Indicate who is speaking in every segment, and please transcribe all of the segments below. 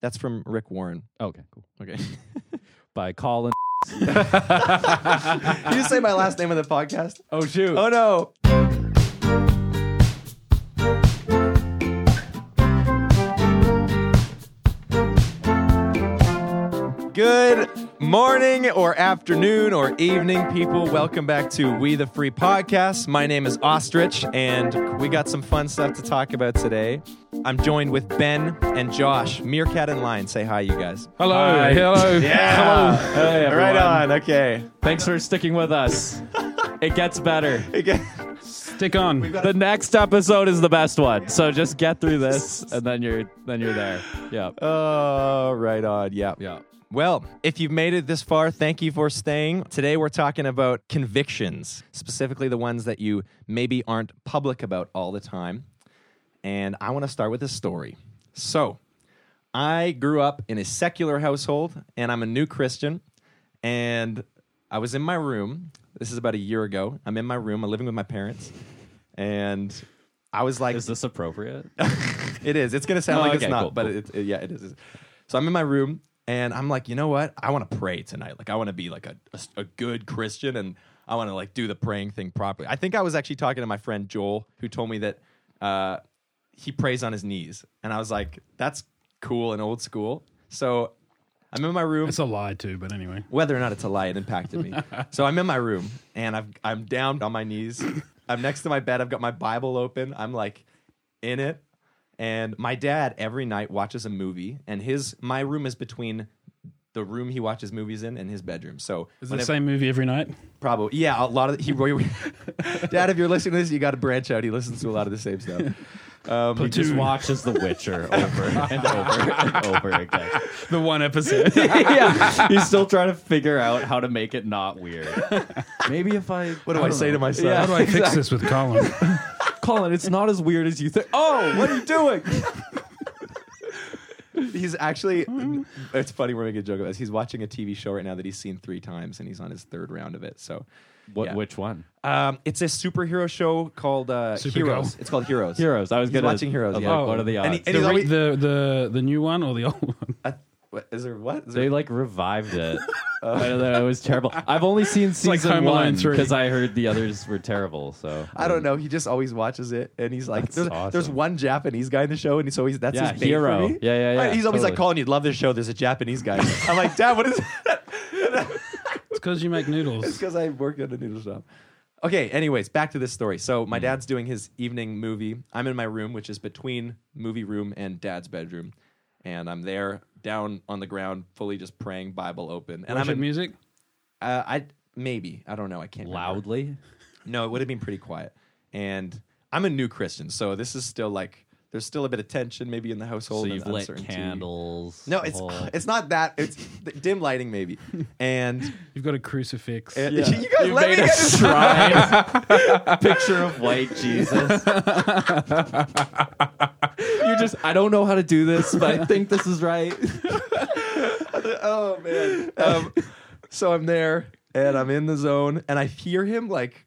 Speaker 1: That's from Rick Warren.
Speaker 2: Okay, cool.
Speaker 1: Okay.
Speaker 2: By Colin.
Speaker 1: Did you say my last name on the podcast?
Speaker 2: Oh shoot.
Speaker 1: Oh no. Good morning or afternoon or evening, people. Welcome back to We the Free Podcast. My name is Ostrich, and we got some fun stuff to talk about today. I'm joined with Ben and Josh, Meerkat and Lion. Say hi, you guys.
Speaker 2: Hello.
Speaker 3: Hi.
Speaker 2: Hello.
Speaker 1: Yeah.
Speaker 2: Hello. Hey,
Speaker 1: Right
Speaker 2: everyone.
Speaker 1: on. Okay.
Speaker 2: Thanks for sticking with us. it gets better.
Speaker 3: Stick on.
Speaker 2: The next episode is the best one. So just get through this and then you're then you're there. Yeah.
Speaker 1: Oh, right on. Yeah.
Speaker 2: Yeah.
Speaker 1: Well, if you've made it this far, thank you for staying. Today we're talking about convictions, specifically the ones that you maybe aren't public about all the time. And I want to start with a story. So, I grew up in a secular household and I'm a new Christian. And I was in my room. This is about a year ago. I'm in my room, I'm living with my parents. And I was like,
Speaker 2: Is this appropriate?
Speaker 1: Oh, it is. It's gonna sound
Speaker 2: Oh,
Speaker 1: like
Speaker 2: okay,
Speaker 1: it's not,
Speaker 2: cool,
Speaker 1: but
Speaker 2: cool.
Speaker 1: it, it- yeah, it is. So I'm in my room and I'm like, you know what? I want to pray tonight. Like I want to be like a, a s- a good Christian and I want to like do the praying thing properly. I think I was actually talking to my friend Joel who told me that uh, he prays on his knees, and I was like, that's cool and old school. So I'm in my room
Speaker 3: It's a lie too, but anyway.
Speaker 1: whether or not it's a lie, it impacted me. so I'm in my room and I've, I'm down on my knees. I'm next to my bed. I've got my Bible open. I'm like in it. And my dad every night watches a movie, and his my room is between the room he watches movies in and his bedroom. So
Speaker 3: Is it the same movie every night?
Speaker 1: Probably, yeah. A lot of he. Dad, if you're listening to this, you got to branch out. He listens to a lot of the same stuff.
Speaker 2: He just watches The Witcher over and over and over again.
Speaker 3: The one episode.
Speaker 2: yeah. He's still trying to figure out how to make it not weird. Maybe if I
Speaker 1: What do I, say to myself?
Speaker 2: Yeah.
Speaker 3: How do I fix this with Colin?
Speaker 2: Colin, it's not as weird as you think. Oh, what are you doing?
Speaker 1: He's actually. It's funny we're making a joke about this. He's watching a TV show right now that he's seen three times, and he's on his third round of it. So,
Speaker 2: What
Speaker 1: Yeah.
Speaker 2: which one?
Speaker 1: Um, it's a superhero show called uh,
Speaker 3: Supergirl.
Speaker 1: Heroes. It's called Heroes.
Speaker 2: Heroes. I was
Speaker 1: He's
Speaker 2: gonna
Speaker 1: watching Heroes.
Speaker 2: I'm
Speaker 1: yeah.
Speaker 2: like, what are the odds?
Speaker 1: And he- and
Speaker 3: the,
Speaker 1: he's
Speaker 3: re-
Speaker 1: always-
Speaker 3: the the the new one or the old one?
Speaker 1: I- what- is there what? Is
Speaker 2: They
Speaker 1: there-
Speaker 2: like revived it. I don't know. It was terrible. I've only seen
Speaker 3: like
Speaker 2: season
Speaker 3: Home Alone
Speaker 2: one
Speaker 3: three.
Speaker 2: because I heard the others were terrible. So
Speaker 1: I don't know. He just always watches it, and he's like,
Speaker 2: That's
Speaker 1: there's,
Speaker 2: awesome.
Speaker 1: there's one Japanese guy in the show, and he's always that's
Speaker 2: Yeah,
Speaker 1: his bait
Speaker 2: hero.
Speaker 1: For me.
Speaker 2: Yeah, yeah, yeah,
Speaker 1: Right, He's always like,
Speaker 2: totally.
Speaker 1: Colin, you'd love this show. There's a Japanese guy. I'm like, Dad, what is that?
Speaker 3: It's because you make
Speaker 1: It's
Speaker 3: noodles.
Speaker 1: because I work at a noodle shop. Okay. Anyways, back to this story. So
Speaker 2: Mm-hmm.
Speaker 1: my dad's doing his evening movie. I'm in my room, which is between movie room and dad's bedroom, and I'm there down on the ground, fully just praying, Bible open, and I'm
Speaker 3: Worship
Speaker 1: in,
Speaker 3: music.
Speaker 1: Uh, I maybe I don't know. I can't. remember.
Speaker 2: Loudly.
Speaker 1: No, it would have been pretty quiet. And I'm a new Christian, so this is still like there's still a bit of tension maybe in the household.
Speaker 2: So
Speaker 1: and
Speaker 2: you've lit
Speaker 1: uncertainty.
Speaker 2: candles.
Speaker 1: No, it's
Speaker 2: whole-
Speaker 1: it's not that. It's the dim lighting maybe. And
Speaker 3: You've got a crucifix.
Speaker 1: and-
Speaker 2: Yeah.
Speaker 1: you guys
Speaker 2: You
Speaker 1: let me
Speaker 2: made a
Speaker 1: get this.
Speaker 2: shrine. picture of white Jesus. you just. I don't know how to do this, but I think this is right.
Speaker 1: Oh man. Um, so I'm there and I'm in the zone and I hear him like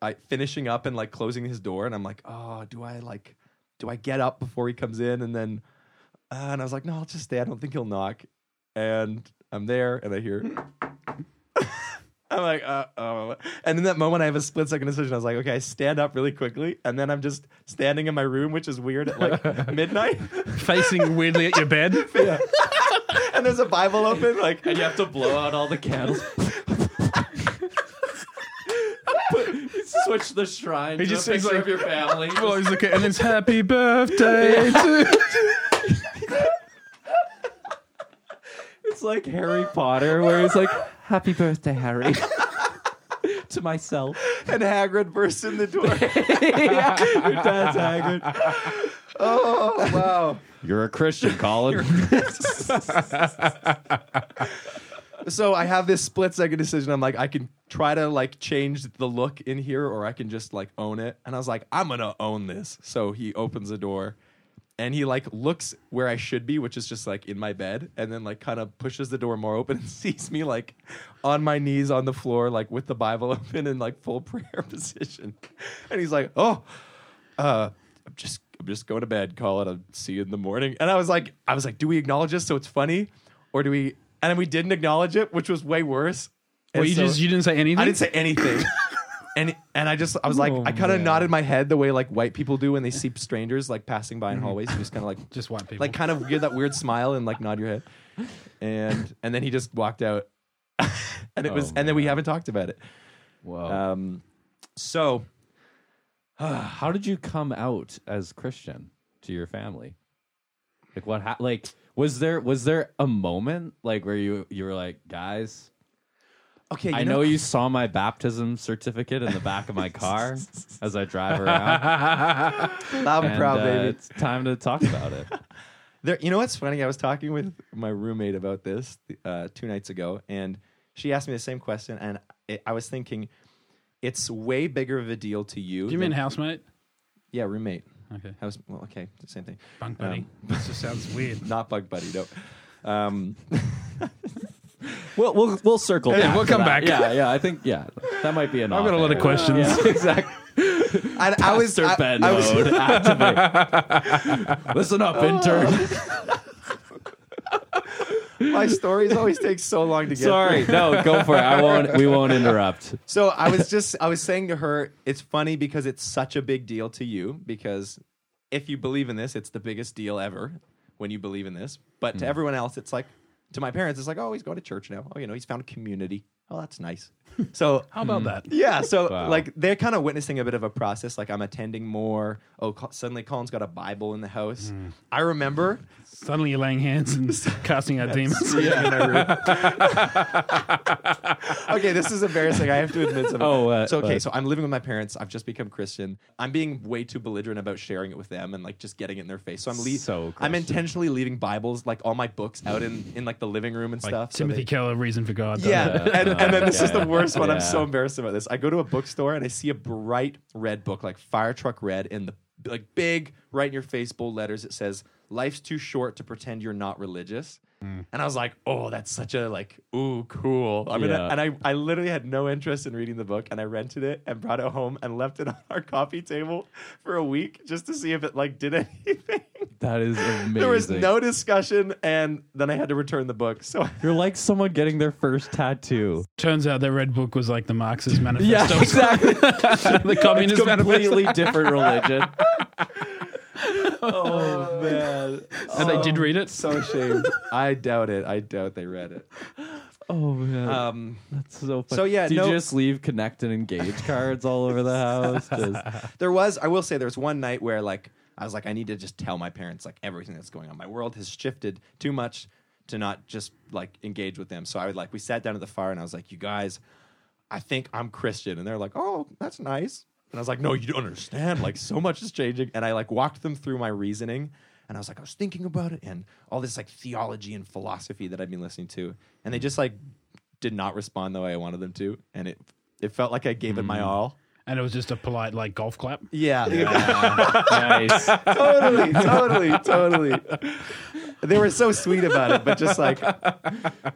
Speaker 1: I finishing up and like closing his door and I'm like, oh, do I like do I get up before he comes in and then uh, and I was like, no, I'll just stay. I don't think he'll knock. And I'm there and I hear. I'm like, uh oh. And in that moment, I have a split second decision. I was like, okay, I stand up really quickly. And then I'm just standing in my room, which is weird at like midnight.
Speaker 3: Facing weirdly at your bed.
Speaker 1: And there's a Bible open. Like,
Speaker 2: And you have to blow out all the candles. Switch the shrine. He
Speaker 3: to a
Speaker 2: just
Speaker 3: just sings
Speaker 2: picture
Speaker 3: picture like-
Speaker 2: of
Speaker 3: of
Speaker 2: your
Speaker 3: your
Speaker 2: family.
Speaker 3: Well, he's looking, and it's happy birthday to.
Speaker 2: It's like Harry Potter, where he's like, "Happy birthday, Harry." to myself.
Speaker 1: and Hagrid bursts in the door.
Speaker 2: your dad's Hagrid.
Speaker 1: Oh wow!
Speaker 2: You're a Christian, Colin.
Speaker 1: so I have this split second decision. I'm like, I can try to like change the look in here, or I can just like own it. And I was like, I'm gonna own this. So he opens the door, and he like looks where I should be, which is just like in my bed, and then like kind of pushes the door more open and sees me like on my knees on the floor, like with the Bible open in like full prayer position. And he's like, Oh, uh, I'm just I'm just going to bed. Call it. I'll see you in the morning. And I was like, I was like, do we acknowledge this so it's funny, or do we? And then we didn't acknowledge it, which was way worse. And
Speaker 3: Well, you
Speaker 1: so-
Speaker 3: just you didn't say anything.
Speaker 1: I didn't say anything. and and I just I was like
Speaker 2: Oh,
Speaker 1: I kind of
Speaker 2: man.
Speaker 1: nodded my head the way like white people do when they see strangers like passing by in hallways. You just kind of like
Speaker 3: just white people.
Speaker 1: like kind of give that weird smile and like nod your head. And and then he just walked out. and it was
Speaker 2: Oh,
Speaker 1: and then we haven't talked about it.
Speaker 2: Whoa.
Speaker 1: Um so
Speaker 2: How did you come out as Christian to your family? Like what? Ha- like was there was there a moment like where you you were like, guys,
Speaker 1: okay, you
Speaker 2: I know you saw my baptism certificate in the back of my car as I drive around.
Speaker 1: loud and
Speaker 2: and,
Speaker 1: proud
Speaker 2: uh,
Speaker 1: baby.
Speaker 2: It's time to talk about it.
Speaker 1: There, you know what's funny? I was talking with my roommate about this uh, two nights ago, and she asked me the same question, and it, I was thinking, it's way bigger of a deal to you.
Speaker 3: Do you
Speaker 1: than-
Speaker 3: mean housemate?
Speaker 1: Yeah, roommate.
Speaker 3: Okay.
Speaker 1: House. Well, okay, same thing. Um,
Speaker 3: Bunk buddy. this just sounds weird.
Speaker 1: Not bug buddy. No. Um, we'll we'll we'll circle.
Speaker 3: Yeah,
Speaker 1: back
Speaker 3: we'll
Speaker 1: to
Speaker 3: come
Speaker 1: that.
Speaker 3: back.
Speaker 2: yeah, yeah. I think yeah, that might be an.
Speaker 3: I've got a lot of questions.
Speaker 2: exactly.
Speaker 1: I, I was.
Speaker 2: Sir
Speaker 1: I,
Speaker 2: Ben
Speaker 1: I was-
Speaker 2: mode activate. Listen up, intern.
Speaker 1: my stories always take so long to get.
Speaker 2: Sorry, no, go for it. I won't. We won't interrupt.
Speaker 1: So I was just I was saying to her, it's funny because it's such a big deal to you because if you believe in this, it's the biggest deal ever when you believe in this. But to everyone else, it's like to my parents, it's like, oh, he's going to church now. Oh, you know, he's found a community. Oh, that's nice. So
Speaker 3: How about that?
Speaker 1: yeah, so
Speaker 2: Wow.
Speaker 1: like they're kind of witnessing a bit of a process. Like I'm attending more. Oh, Col- suddenly Colin's got a Bible in the house. I remember
Speaker 3: Suddenly you're laying hands and casting out demons.
Speaker 1: okay, this is embarrassing. I have to admit something.
Speaker 2: Oh, uh,
Speaker 1: so okay,
Speaker 2: uh,
Speaker 1: so I'm living with my parents. I've just become Christian. I'm being way too belligerent about sharing it with them and like just getting it in their face. So I'm le-
Speaker 2: So
Speaker 1: I'm
Speaker 2: Christian.
Speaker 1: intentionally leaving Bibles, like all my books, out in in like the living room and
Speaker 3: Like
Speaker 1: stuff. so
Speaker 3: Timothy
Speaker 1: they-
Speaker 3: Keller, Reason for God.
Speaker 1: yeah,
Speaker 2: Yeah.
Speaker 1: and, and then this is the
Speaker 2: Yeah.
Speaker 1: worst one. I'm
Speaker 2: Yeah.
Speaker 1: so embarrassed about this. I go to a bookstore and I see a bright red book, like fire truck red, in the like big, right in your face, bold letters. It says, "Life's too short to pretend you're not religious."
Speaker 2: Mm.
Speaker 1: And I was like, "Oh, that's such a like, ooh, cool." I'm gonna,
Speaker 2: Yeah.
Speaker 1: and I, I literally had no interest in reading the book, and I rented it and brought it home and left it on our coffee table for a week just to see if it like did anything.
Speaker 2: That is amazing.
Speaker 1: There was no discussion, and then I had to return the book. So
Speaker 2: You're like someone getting their first tattoo.
Speaker 3: Turns out that Red Book was like the Marxist manifesto.
Speaker 2: exactly.
Speaker 3: the Communist manifesto.
Speaker 2: Completely different religion.
Speaker 1: oh man.
Speaker 3: And they did read it.
Speaker 1: So ashamed. I doubt it. I doubt they read it.
Speaker 2: Oh man,
Speaker 1: Um,
Speaker 2: that's so. Fun.
Speaker 1: so yeah,
Speaker 2: Did
Speaker 1: no-
Speaker 2: you just leave connect and engage cards all over the house? Just,
Speaker 1: there was, I will say, there was one night where like I was like, I need to just tell my parents like everything that's going on. My world has shifted too much to not just like engage with them. So I would like we sat down at the fire and I was like, you guys, I think I'm Christian, and they're like, oh, that's nice. And I was like, no, you don't understand. Like so much is changing, and I like walked them through my reasoning. And I was like, I was thinking about it, and all this like theology and philosophy that I've been listening to, and they just like did not respond the way I wanted them to, and it it felt like I gave it my all.
Speaker 3: And it was just a polite like golf clap.
Speaker 1: yeah.
Speaker 2: nice.
Speaker 1: totally, totally, totally. They were so sweet about it, but just like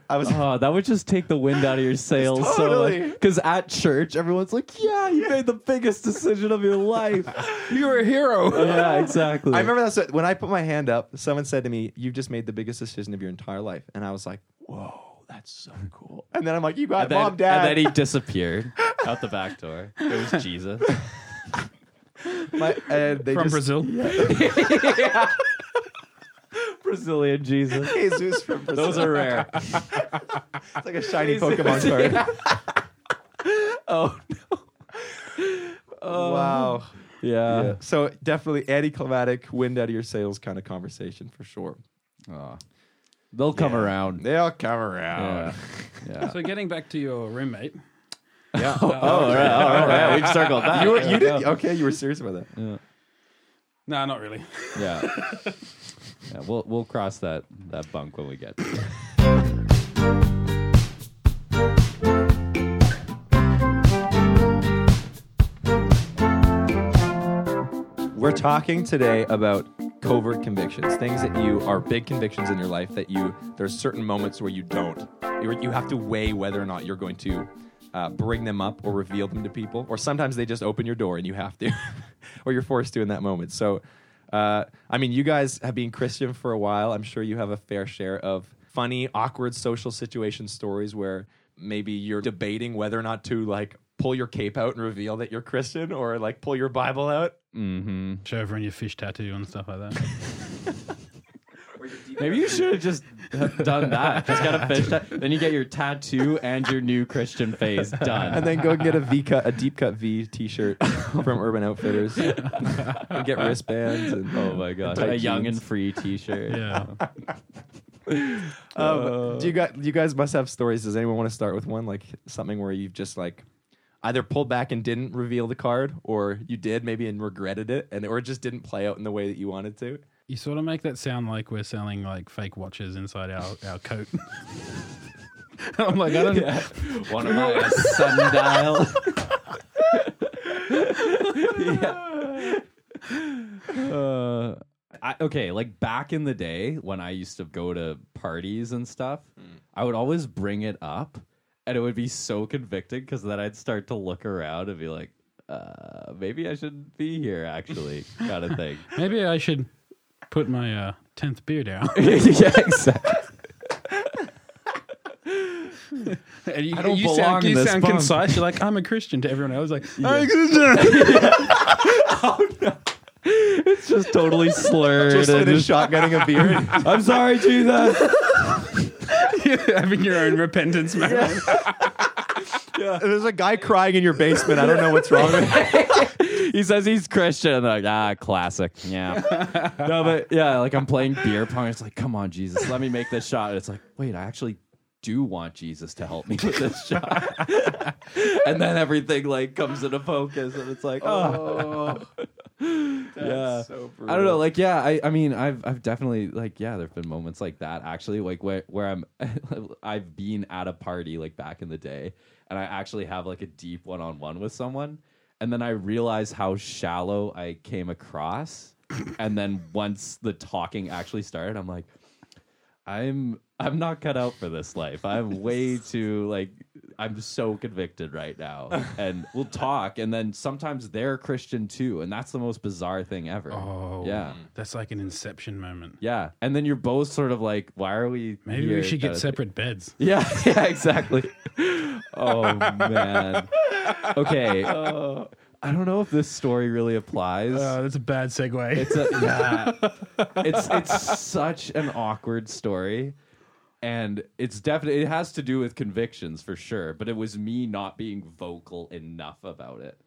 Speaker 1: I was.
Speaker 2: Oh, that would just take the wind out of your sails.
Speaker 1: Totally.
Speaker 2: So, because at church, everyone's like, "Yeah, you made the biggest decision of your life.
Speaker 1: You're a hero.
Speaker 2: yeah, exactly.
Speaker 1: I remember that's what, when I put my hand up. Someone said to me, "You've just made the biggest decision of your entire life," and I was like, "Whoa, that's so cool." And then I'm like, "You got
Speaker 2: And then,
Speaker 1: mom, dad."
Speaker 2: and then he disappeared out the back door. It was Jesus.
Speaker 1: My- and they
Speaker 3: From
Speaker 1: just-
Speaker 3: Brazil.
Speaker 2: Brazilian Jesus.
Speaker 1: Jesus from Brazil.
Speaker 2: Those are rare.
Speaker 1: it's like a shiny Pokemon card.
Speaker 2: Oh, Um,
Speaker 1: Wow.
Speaker 2: yeah.
Speaker 1: So definitely anticlimactic, wind out of your sails kind of conversation for sure.
Speaker 2: Aw. They'll come around.
Speaker 1: They'll come around.
Speaker 2: Yeah. yeah.
Speaker 3: So getting back to your roommate.
Speaker 2: Oh, all right, all right, all right. We've circled that.
Speaker 1: You, were, you did okay. You were serious about that.
Speaker 3: No, not really.
Speaker 2: Yeah. yeah. We'll we'll cross that that bunk when we get. to it.
Speaker 1: We're talking today about covert convictions, things that you are big convictions in your life that you there's certain moments where you don't. You, you have to weigh whether or not you're going to uh, bring them up or reveal them to people, or sometimes they just open your door and you have to, or you're forced to in that moment. So Uh, I mean, you guys have been Christian for a while. I'm sure you have a fair share of funny, awkward social situation stories where maybe you're debating whether or not to like pull your cape out and reveal that you're Christian or like pull your Bible out.
Speaker 2: Mm-hmm.
Speaker 3: Show everyone your fish tattoo and stuff like that.
Speaker 2: Maybe you should have just done that. Just got a fish. ta- then you get your tattoo and your new Christian face done.
Speaker 1: and then go get a V cut, a deep cut V T-shirt from Urban Outfitters, and get wristbands. And,
Speaker 2: oh my god,
Speaker 1: tight
Speaker 2: a young
Speaker 1: jeans.
Speaker 2: and free T-shirt.
Speaker 3: Yeah.
Speaker 1: Um, do you guys? You guys must have stories. Does anyone want to start with one, like something where you've just like either pulled back and didn't reveal the card, or you did maybe and regretted it, and or it just didn't play out in the way that you wanted to?
Speaker 3: You sort of make that sound like we're selling like fake watches inside our, our coat. I'm like, I don't
Speaker 2: Yeah. One of my a sundial. yeah. Uh, I, okay, like back in the day when I used to go to parties and stuff, I would always bring it up, and it would be so convicting because then I'd start to look around and be like, uh, maybe I shouldn't be here, actually, kind of thing.
Speaker 3: Maybe I should put my uh, 10th beer down.
Speaker 2: yeah, exactly.
Speaker 3: And you,
Speaker 2: I don't
Speaker 3: you
Speaker 2: belong
Speaker 3: sound,
Speaker 2: in
Speaker 3: you
Speaker 2: this
Speaker 3: sound
Speaker 2: bunk.
Speaker 3: concise. You're like, I'm a Christian to everyone else. Like,
Speaker 2: Yeah. It's just totally slurred.
Speaker 1: Just
Speaker 2: and
Speaker 1: finished shotgunning a beer.
Speaker 2: I'm sorry, Jesus.
Speaker 3: having your own repentance moment.
Speaker 1: There's a guy crying in your basement. I don't know what's wrong with him.
Speaker 2: he says he's Christian. Like, ah, classic. Yeah. no, but yeah, like I'm playing beer pong. It's like, come on, Jesus, let me make this shot. And it's like, wait, I actually do want Jesus to help me with this shot. and then everything like comes into focus and it's like, oh. yeah.
Speaker 1: so
Speaker 2: I don't know. Like, yeah, I, I mean, I've, I've definitely like, yeah, there've been moments like that actually, like where, where I'm, I've been at a party like back in the day, and I actually have like a deep one-on-one with someone, and then I realize how shallow I came across, and then once the talking actually started, I'm like, I'm, I'm not cut out for this life. I'm way too like, I'm so convicted right now, and we'll talk, and then sometimes they're Christian too, and that's the most bizarre thing ever.
Speaker 3: Oh,
Speaker 2: Yeah.
Speaker 3: That's like an inception moment.
Speaker 2: Yeah, and then you're both sort of like, why are we?
Speaker 3: Maybe
Speaker 2: here?
Speaker 3: we
Speaker 2: Kind
Speaker 3: should get
Speaker 2: of-
Speaker 3: separate beds.
Speaker 2: Yeah, yeah, exactly. oh man. Okay.
Speaker 3: Uh,
Speaker 2: I don't know if this story really applies.
Speaker 3: Oh, that's a bad segue.
Speaker 2: it's a, yeah. It's it's such an awkward story. And it's definitely it has to do with convictions for sure, but it was me not being vocal enough about it.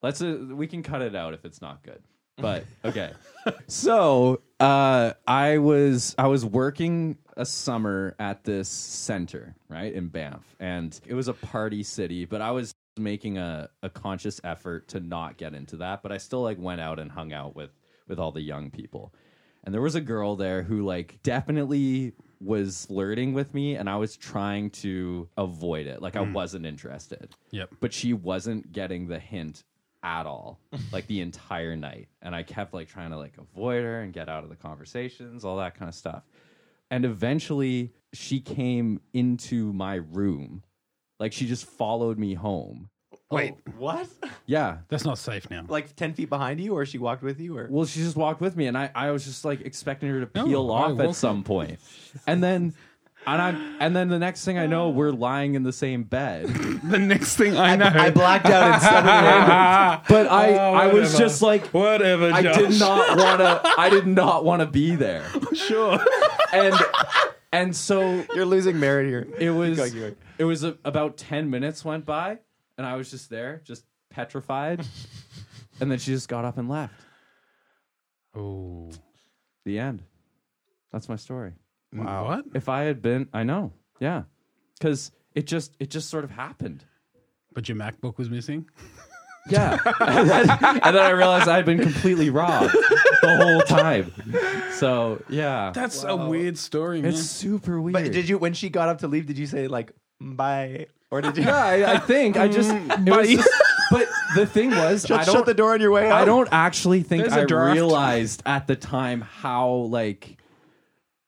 Speaker 2: Let's uh, we can cut it out if it's not good. But okay. so, uh I was I was working a summer at this center, right, in Banff. And it was a party city, but I was making a a conscious effort to not get into that, but I still like went out and hung out with with all the young people. And there was a girl there who like definitely was flirting with me and I was trying to avoid it. Like I wasn't interested
Speaker 3: yep.
Speaker 2: but she wasn't getting the hint at all like the entire night and i kept like trying to like avoid her and get out of the conversations all that kind of stuff and eventually she came into my room like she just followed me home
Speaker 1: Wait, what?
Speaker 2: yeah
Speaker 3: That's not safe now.
Speaker 1: Like ten feet behind you, or she walked with you, or
Speaker 2: well she just walked with me and i, I was just like expecting her to
Speaker 3: No,
Speaker 2: peel
Speaker 3: I
Speaker 2: off at
Speaker 3: wasn't.
Speaker 2: some point and then and i and then the next thing i know we're lying in the same bed
Speaker 3: the next thing I know.
Speaker 1: blacked out and
Speaker 2: but i i was
Speaker 3: Oh, whatever.
Speaker 2: just like
Speaker 3: Whatever,
Speaker 2: I
Speaker 3: Josh.
Speaker 2: did not want to. I did not want to be there.
Speaker 3: Sure.
Speaker 2: And and so
Speaker 1: You're losing merit here.
Speaker 2: it was.
Speaker 1: Keep going.
Speaker 2: It was a, about ten minutes went by, and I was just there, just petrified. and then she just got up and left.
Speaker 3: oh.
Speaker 2: The end. That's my story.
Speaker 3: Wow. What?
Speaker 2: If I had been, I know, yeah, because it just it just sort of happened.
Speaker 3: But your MacBook was missing?
Speaker 2: Yeah, and then, and then I realized I had been completely robbed the whole time. So yeah,
Speaker 3: That's a weird story, man.
Speaker 2: it's super weird.
Speaker 1: But did you when she got up to leave? Did you say like bye, or did you?
Speaker 2: Yeah, I, I think I just. It was just but the thing was, I
Speaker 1: Mm. Shut
Speaker 2: don't.
Speaker 1: the door on your way out.
Speaker 2: I don't actually think
Speaker 3: There's a
Speaker 2: I
Speaker 3: draft.
Speaker 2: realized at the time how like.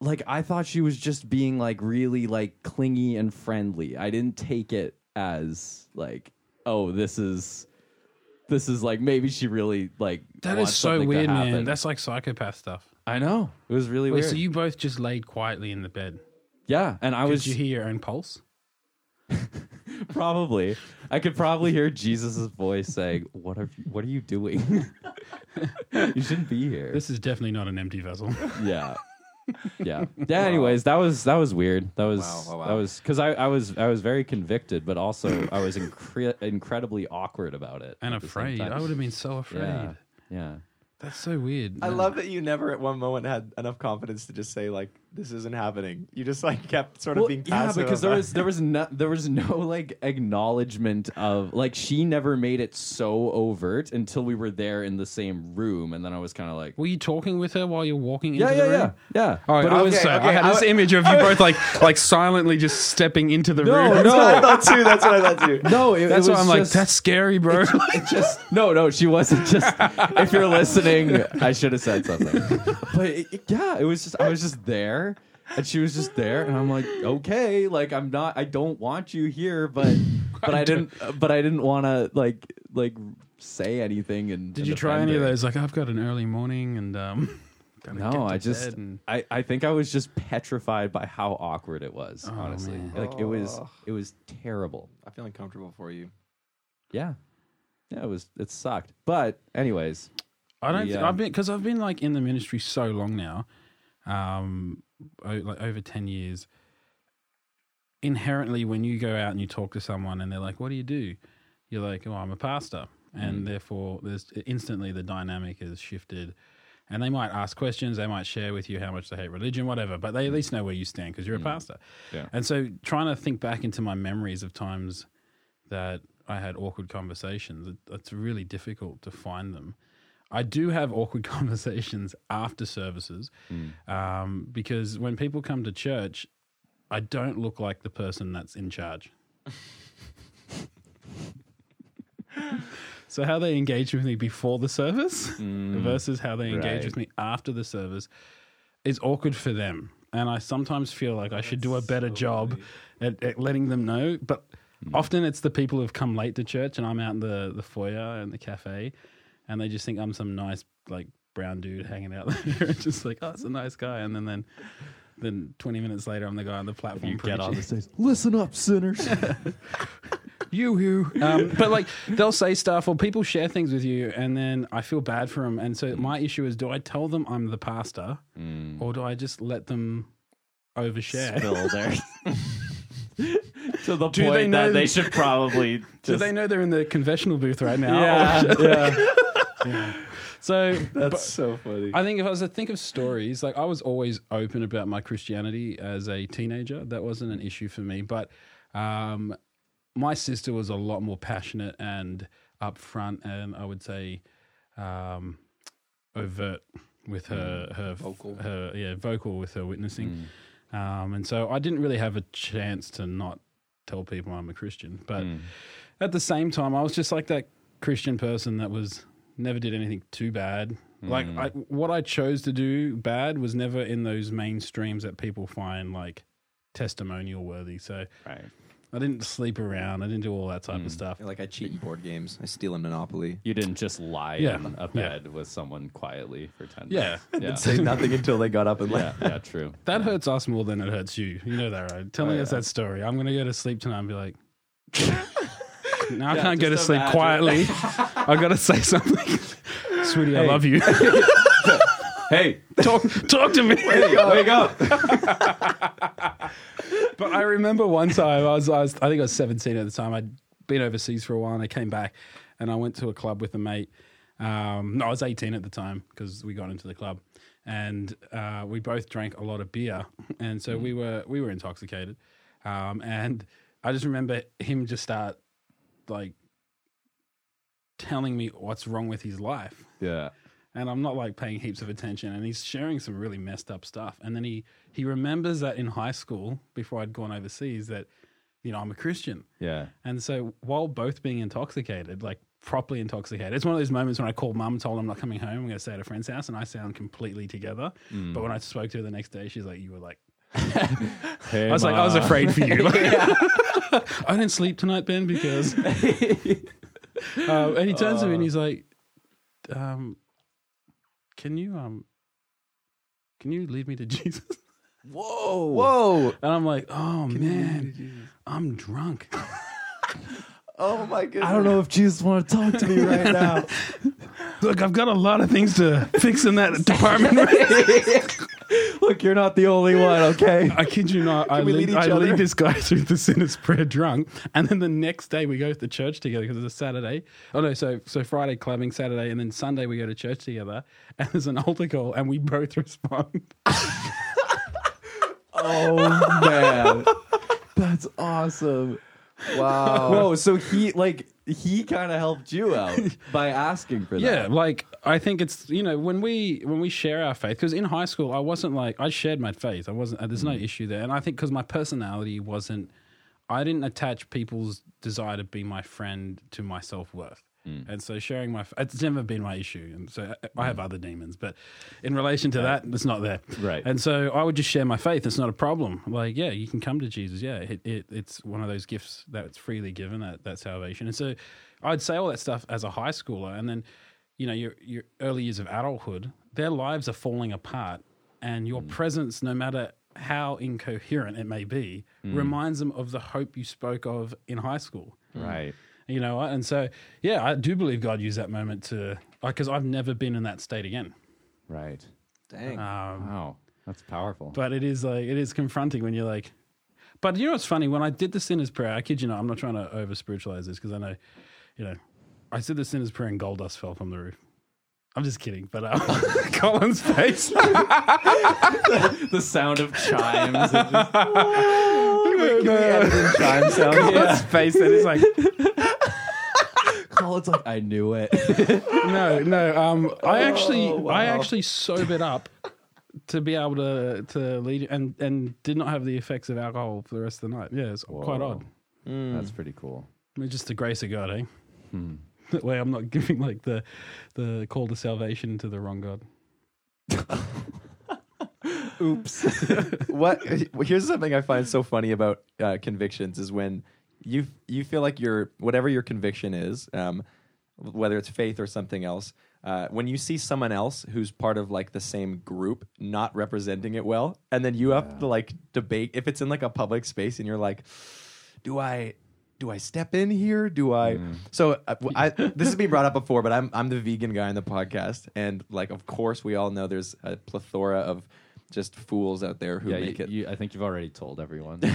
Speaker 2: Like I thought she was just being like really like clingy and friendly. I didn't take it as like, oh, this is this is like maybe she really like
Speaker 3: That
Speaker 2: wants
Speaker 3: is so
Speaker 2: something to
Speaker 3: weird, man.
Speaker 2: happen.
Speaker 3: That's like psychopath stuff.
Speaker 2: I know it was really
Speaker 3: Wait,
Speaker 2: weird.
Speaker 3: so you both just laid quietly in the bed.
Speaker 2: yeah, and I
Speaker 3: Did
Speaker 2: was
Speaker 3: you hear your own pulse?
Speaker 2: probably I could probably hear Jesus' voice saying, "What are you, what are you doing? you shouldn't be here."
Speaker 3: This is definitely not an empty vessel.
Speaker 2: yeah yeah yeah anyways that was that was weird that was
Speaker 1: Wow, wow, wow.
Speaker 2: that was because I, I was i was very convicted but also i was incre- incredibly awkward about it
Speaker 3: and
Speaker 2: at the same
Speaker 3: afraid.
Speaker 2: time.
Speaker 3: I would have been so afraid.
Speaker 2: yeah yeah
Speaker 3: That's so weird.
Speaker 1: I
Speaker 3: man.
Speaker 1: love that you never at one moment had enough confidence to just say like this isn't happening. You just like kept sort of being
Speaker 2: yeah,
Speaker 1: passive.
Speaker 2: because there
Speaker 1: about
Speaker 2: was there was no there was no like acknowledgement of like she never made it so overt until we were there in the same room, and then I was kind of like,
Speaker 3: Were you talking with her while you're walking
Speaker 2: yeah,
Speaker 3: into
Speaker 2: yeah,
Speaker 3: the room?
Speaker 2: yeah, yeah.
Speaker 3: All right,
Speaker 1: But it
Speaker 3: I
Speaker 1: was-
Speaker 3: was so
Speaker 1: okay,
Speaker 3: I had
Speaker 1: I
Speaker 3: this
Speaker 1: was-
Speaker 3: image of you both like like silently just stepping into the room.
Speaker 1: That's what I thought too. That's what I thought too.
Speaker 2: no, it,
Speaker 3: That's
Speaker 2: it
Speaker 3: why
Speaker 2: was
Speaker 3: I'm like,
Speaker 2: just-
Speaker 3: that's scary, bro.
Speaker 2: It just no, no. She wasn't just. If you're listening, I should have said something. But it- it- yeah, it was just. I was just there, and she was just there, and I'm like, okay, like I'm not. I don't want you here, but but I didn't. But I didn't want to like like say anything. And
Speaker 3: Did
Speaker 2: and
Speaker 3: you try
Speaker 2: offend
Speaker 3: any of
Speaker 2: her.
Speaker 3: those? Like, I've got an early morning and um, gotta get to
Speaker 2: No, I just.
Speaker 3: bed and-
Speaker 2: I I think I was just petrified by how awkward it was. honestly,
Speaker 3: Oh, man. Oh.
Speaker 2: like it was. It was terrible.
Speaker 1: I feel uncomfortable for you.
Speaker 2: Yeah. Yeah, it was. It sucked. But anyways,
Speaker 3: I don't.
Speaker 2: The,
Speaker 3: th-
Speaker 2: um,
Speaker 3: I've been because I've been like in the ministry so long now, um, o- like over ten years. Inherently, when you go out and you talk to someone and they're like, "What do you do?" You're like, "Oh, I'm a pastor," and therefore, there's instantly the dynamic is shifted. And they might ask questions. They might share with you how much they hate religion, whatever. But they at least know where you stand because you're a pastor.
Speaker 2: Yeah.
Speaker 3: And so, trying to think back into my memories of times that I had awkward conversations, it, it's really difficult to find them. I do have awkward conversations after services
Speaker 2: Mm.
Speaker 3: um, because when people come to church, I don't look like the person that's in charge. so, how they engage with me before the service versus how they engage
Speaker 2: Mm. Right.
Speaker 3: with me after the service is awkward for them. And I sometimes feel like I should do a better job at, at letting them know. But often it's the people who've come late to church and I'm out in the, the foyer and the cafe and they just think I'm some nice, like, brown dude hanging out there. just like, oh, it's a nice guy. And then, then, then 20 minutes later, I'm the guy on the platform. preaching.
Speaker 2: stage. Listen up, sinners.
Speaker 3: you who um, but like they'll say stuff or people share things with you and then i feel bad for them and so my issue is do i tell them i'm the pastor or do i just let them overshare
Speaker 2: Spill there. to the
Speaker 3: Do
Speaker 2: point
Speaker 3: they know-
Speaker 2: that they should probably just.
Speaker 3: do they know they're in the confessional booth right now
Speaker 2: Yeah, yeah.
Speaker 3: so
Speaker 1: That's so funny.
Speaker 3: I think if I was to think of stories, like I was always open about my Christianity as a teenager. That wasn't an issue for me. But um, my sister was a lot more passionate and upfront, and I would say um, overt with her
Speaker 2: Mm.
Speaker 3: her vocal, her yeah, vocal with her witnessing. Um, and so I didn't really have a chance to not tell people I'm a Christian. But
Speaker 2: Mm.
Speaker 3: at the same time, I was just like that Christian person that was never did anything too bad. Like I, what I chose to do bad was never in those mainstreams that people find like testimonial worthy. So
Speaker 2: Right.
Speaker 3: I didn't sleep around. I didn't do all that type of stuff.
Speaker 1: like I cheat in board games. I steal in Monopoly.
Speaker 2: You didn't just lie
Speaker 3: Yeah,
Speaker 2: in a
Speaker 3: yeah.
Speaker 2: bed with someone quietly for ten
Speaker 3: Yeah.
Speaker 2: minutes.
Speaker 1: Say nothing until they got up and
Speaker 2: Yeah.
Speaker 1: left.
Speaker 2: yeah, yeah, true.
Speaker 3: That hurts us more than it hurts you. You know that, right? Telling us that story. I'm going to go to sleep tonight and be like, no, I can't go to
Speaker 2: just
Speaker 3: sleep
Speaker 2: imagine.
Speaker 3: quietly. I got to say something. Sweetie, I love you.
Speaker 2: Hey,
Speaker 3: talk, talk to me.
Speaker 2: wake up!
Speaker 3: But I remember one time I was, I was I think I was 17 at the time. I'd been overseas for a while and I came back and I went to a club with a mate. Um, no, I was 18 at the time because we got into the club and uh, we both drank a lot of beer and so we were we were intoxicated. Um, and I just remember him just start like telling me what's wrong with his life
Speaker 2: Yeah,
Speaker 3: and I'm not like paying heaps of attention. And he's sharing some really messed up stuff. And then he he remembers that in high school, before I'd gone overseas, that you know I'm a Christian.
Speaker 2: yeah.
Speaker 3: And so while both being intoxicated, like properly intoxicated, it's one of those moments when I called mum, told her I'm not coming home, I'm going to stay at a friend's house, and I sound completely together. But when I spoke to her the next day, she's like, "You were like."
Speaker 2: Hey,
Speaker 3: I was like, I was afraid for you. Like, I didn't sleep tonight, Ben, because Um, uh, and he turns to me and he's like, um, "Can you um, can you lead me to Jesus?"
Speaker 1: Whoa. Whoa.
Speaker 3: And I'm like, "Oh man, I'm drunk."
Speaker 1: Oh my goodness.
Speaker 2: I don't know if Jesus want to talk to me right now.
Speaker 3: Look, I've got a lot of things to fix in that department.
Speaker 2: Look, you're not the only one, okay?
Speaker 3: I kid you not. I,
Speaker 1: we lead
Speaker 3: lead,
Speaker 1: each
Speaker 3: I
Speaker 1: other?
Speaker 3: lead this guy through the sinner's prayer drunk, and then the next day we go to the church together because it's a Saturday. Oh no, so so Friday clubbing, Saturday, and then Sunday we go to church together, and there's an altar call, and we both respond.
Speaker 2: Oh man, that's awesome.
Speaker 1: Wow.
Speaker 2: Whoa, so he like he kind of helped you out by asking for that.
Speaker 3: Yeah, like I think it's you know when we when we share our faith because in high school I wasn't like I shared my faith I wasn't uh, there's no issue there and I think because my personality wasn't I didn't attach people's desire to be my friend to my self worth and so sharing my f- it's never been my issue and so uh, I- I have other demons but in relation to that it's not there
Speaker 2: Right.
Speaker 3: and so I would just share my faith it's not a problem like yeah you can come to Jesus yeah it, it, it's one of those gifts that's freely given that that salvation and so I'd say all that stuff as a high schooler and then you know your your early years of adulthood their lives are falling apart and your presence no matter how incoherent it may be reminds them of the hope you spoke of in high school
Speaker 2: Right.
Speaker 3: you know I- and so yeah i do believe god used that moment to because i've never been in that state again
Speaker 2: Right.
Speaker 1: Dang.
Speaker 3: um,
Speaker 2: Wow. That's powerful.
Speaker 3: but it is like it is confronting when you're like but you know what's funny when i did the sinner's prayer i kid you not i'm not trying to over spiritualize this because i know you know i said the sinner's prayer and gold dust fell from the roof i'm just kidding but um, colin's face
Speaker 2: the sound of chimes. and just-
Speaker 1: Can we edit in chime sounds?
Speaker 3: colin's face that is like
Speaker 2: Colin's like, I knew it.
Speaker 3: no, no. Um, I actually,
Speaker 1: wow.
Speaker 3: I actually sobered up to be able to to lead, and and did not have the effects of alcohol for the rest of the night. Yeah, it's quite
Speaker 2: Whoa.
Speaker 3: odd. Mm.
Speaker 2: That's pretty cool.
Speaker 3: I mean, just the grace of God, eh? That way, I'm not giving like the the call to salvation to the wrong God.
Speaker 1: Oops. what? Here's something I find so funny about uh, convictions is when you you feel like your whatever your conviction is, um, whether it's faith or something else, uh, when you see someone else who's part of like the same group not representing it well, and then you have to like debate if it's in like a public space, and you're like, do I? Do I step in here? Do I?
Speaker 2: Mm.
Speaker 1: So uh, I, this has been brought up before, but I'm I'm the vegan guy on the podcast, and like of course we all know there's a plethora of just fools out there who
Speaker 2: Yeah,
Speaker 1: make
Speaker 2: you,
Speaker 1: it.
Speaker 2: you- I think you've already told everyone.
Speaker 3: He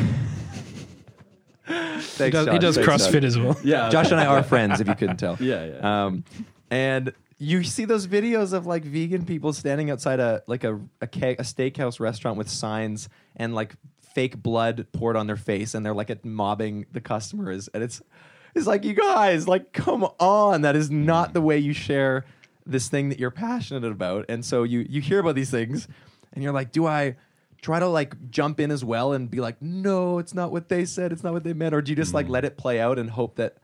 Speaker 1: Thanks,
Speaker 3: does, he
Speaker 1: Josh.
Speaker 3: does
Speaker 1: Thanks, Josh.
Speaker 3: CrossFit as well.
Speaker 2: yeah.
Speaker 1: Josh and I are friends, if you couldn't tell.
Speaker 2: Yeah, yeah.
Speaker 1: Um, and you see those videos of like vegan people standing outside a like a a, ke- a steakhouse restaurant with signs and like fake blood poured on their face, and they're like mobbing the customers, and it's it's like you guys, like come on, that is not the way you share this thing that you're passionate about, and so you you hear about these things, and you're like, do I? try to like jump in as well and be like, no, it's not what they said, it's not what they meant, or do you just
Speaker 2: Mm.
Speaker 1: like let it play out and hope that?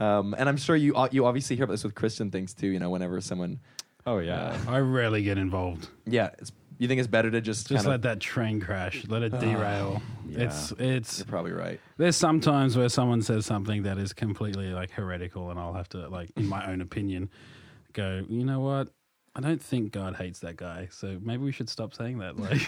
Speaker 1: Um, and I'm sure you you obviously hear about this with Christian things too. You know, whenever someone,
Speaker 2: Oh yeah.
Speaker 3: I rarely get involved.
Speaker 1: yeah, it's, you think it's better to just,
Speaker 3: Just
Speaker 1: kind
Speaker 3: let that train crash, let it derail. It's it's
Speaker 1: You're probably right.
Speaker 3: There's some times where someone says something that is completely like heretical, and I'll have to like, in my own opinion, go. You know what? I don't think God hates that guy, so maybe we should stop saying that. Like,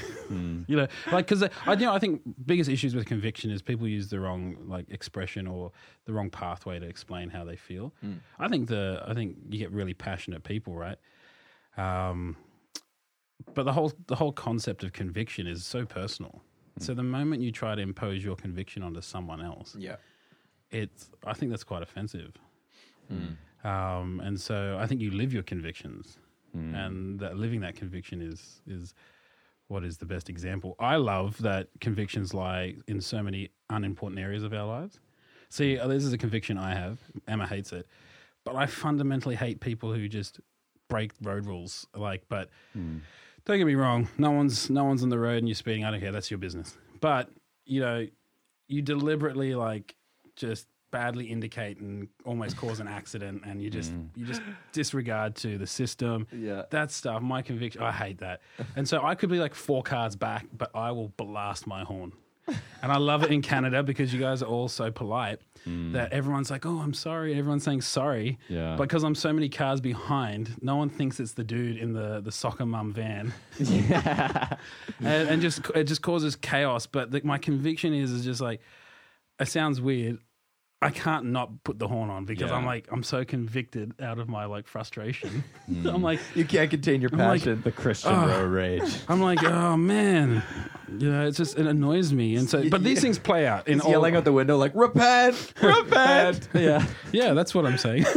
Speaker 3: you know, like because I you know I think biggest issues with conviction is people use the wrong like expression or the wrong pathway to explain how they feel. I think the I think you get really passionate people, right? Um, but the whole the whole concept of conviction is so personal. So the moment you try to impose your conviction onto someone else,
Speaker 1: Yeah,
Speaker 3: it's I think that's quite offensive. Um, and so I think you live your convictions, and that living that conviction is is what is the best example. I love that convictions lie in so many unimportant areas of our lives. See, uh, this is a conviction I have. Emma hates it, but I fundamentally hate people who just break road rules. Like, but don't get me wrong, no one's no one's on the road and you're speeding. I don't care. That's your business. But you know, you deliberately like just badly indicate and almost cause an accident, and you just you just disregard to the system.
Speaker 1: Yeah.
Speaker 3: that stuff. My conviction. I hate that. And so I could be like four cards back, but I will blast my horn. And I love it in Canada because you guys are all so polite that everyone's like, oh, I'm sorry. And everyone's saying sorry.
Speaker 2: Yeah.
Speaker 3: But because I'm so many cars behind, no one thinks it's the dude in the, the soccer mum van. and, and just it just causes chaos. But the, my conviction is, is just like, it sounds weird. I can't not put the horn on because
Speaker 2: Yeah.
Speaker 3: I'm like, I'm so convicted out of my like frustration.
Speaker 2: Hmm.
Speaker 3: I'm like,
Speaker 1: You can't contain your
Speaker 3: like-
Speaker 1: passion.
Speaker 2: The Christian bro rage.
Speaker 3: I'm like, oh man, you know, it's just it annoys me, and so but these things play out in
Speaker 1: He's yelling
Speaker 3: all,
Speaker 1: out the window like, repent, repent.
Speaker 2: Yeah.
Speaker 3: yeah, that's what I'm saying.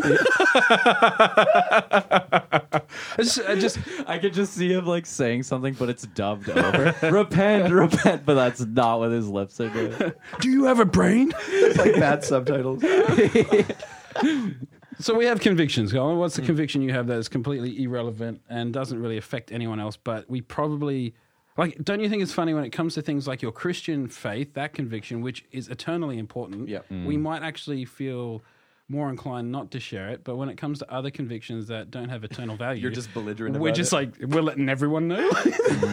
Speaker 3: it's just, I just
Speaker 2: I could just see him like saying something, but it's dubbed over. repent, repent, but that's not what his lips are doing.
Speaker 3: do you have a brain?
Speaker 1: it's like bad subtitles.
Speaker 3: So we have convictions, Colin. What's
Speaker 1: Hmm.
Speaker 3: the conviction you have that is completely irrelevant and doesn't really affect anyone else? But we probably like. Don't you think it's funny when it comes to things like your Christian faith, that conviction, which is eternally important?
Speaker 1: Yep.
Speaker 3: We might actually feel more inclined not to share it, but when it comes to other convictions that don't have eternal value,
Speaker 1: You're just belligerent.
Speaker 3: we're
Speaker 1: about
Speaker 3: just
Speaker 1: it.
Speaker 3: like we're letting everyone know.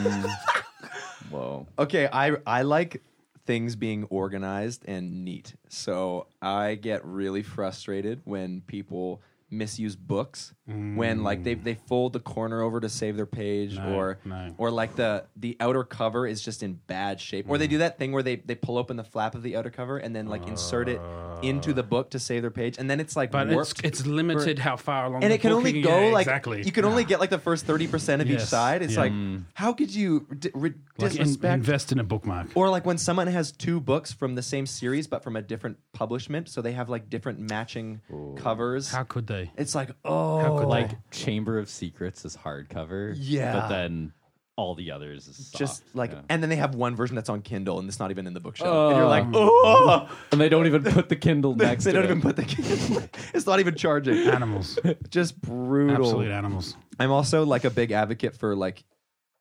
Speaker 2: Whoa.
Speaker 1: okay. I I like things being organized and neat. So I get really frustrated when people misuse books when like they they fold the corner over to save their page
Speaker 3: No,
Speaker 1: or
Speaker 3: no.
Speaker 1: or like the the outer cover is just in bad shape or they do that thing where they they pull open the flap of the outer cover and then like insert it into the book to save their page and then it's like
Speaker 3: but it's,
Speaker 1: warped
Speaker 3: it's limited how far along,
Speaker 1: and
Speaker 3: the
Speaker 1: it can
Speaker 3: book
Speaker 1: only
Speaker 3: you
Speaker 1: go
Speaker 3: yeah,
Speaker 1: like
Speaker 3: exactly.
Speaker 1: you can only get like the first 30% of each
Speaker 3: Yes.
Speaker 1: side it's
Speaker 3: Yeah.
Speaker 1: like how could you d- re-
Speaker 3: Like, in-
Speaker 1: disrespect
Speaker 3: invest in a bookmark.
Speaker 1: or like when someone has two books from the same series but from a different publishment so they have like different matching covers
Speaker 3: How could they?
Speaker 1: it's like oh
Speaker 3: could they?
Speaker 1: like
Speaker 2: Like Chamber of Secrets is hardcover.
Speaker 1: Yeah.
Speaker 2: But then all the others is soft,
Speaker 1: just like
Speaker 2: Ah, yeah.
Speaker 1: and then they have one version that's on kindle and it's not even in the bookshelf and you're like oh
Speaker 2: and they don't even put the Kindle next
Speaker 1: they
Speaker 2: to
Speaker 1: don't
Speaker 2: it.
Speaker 1: even put the it's not even charging
Speaker 3: Animals,
Speaker 1: just brutal
Speaker 3: absolute animals.
Speaker 1: I'm also like a big advocate for like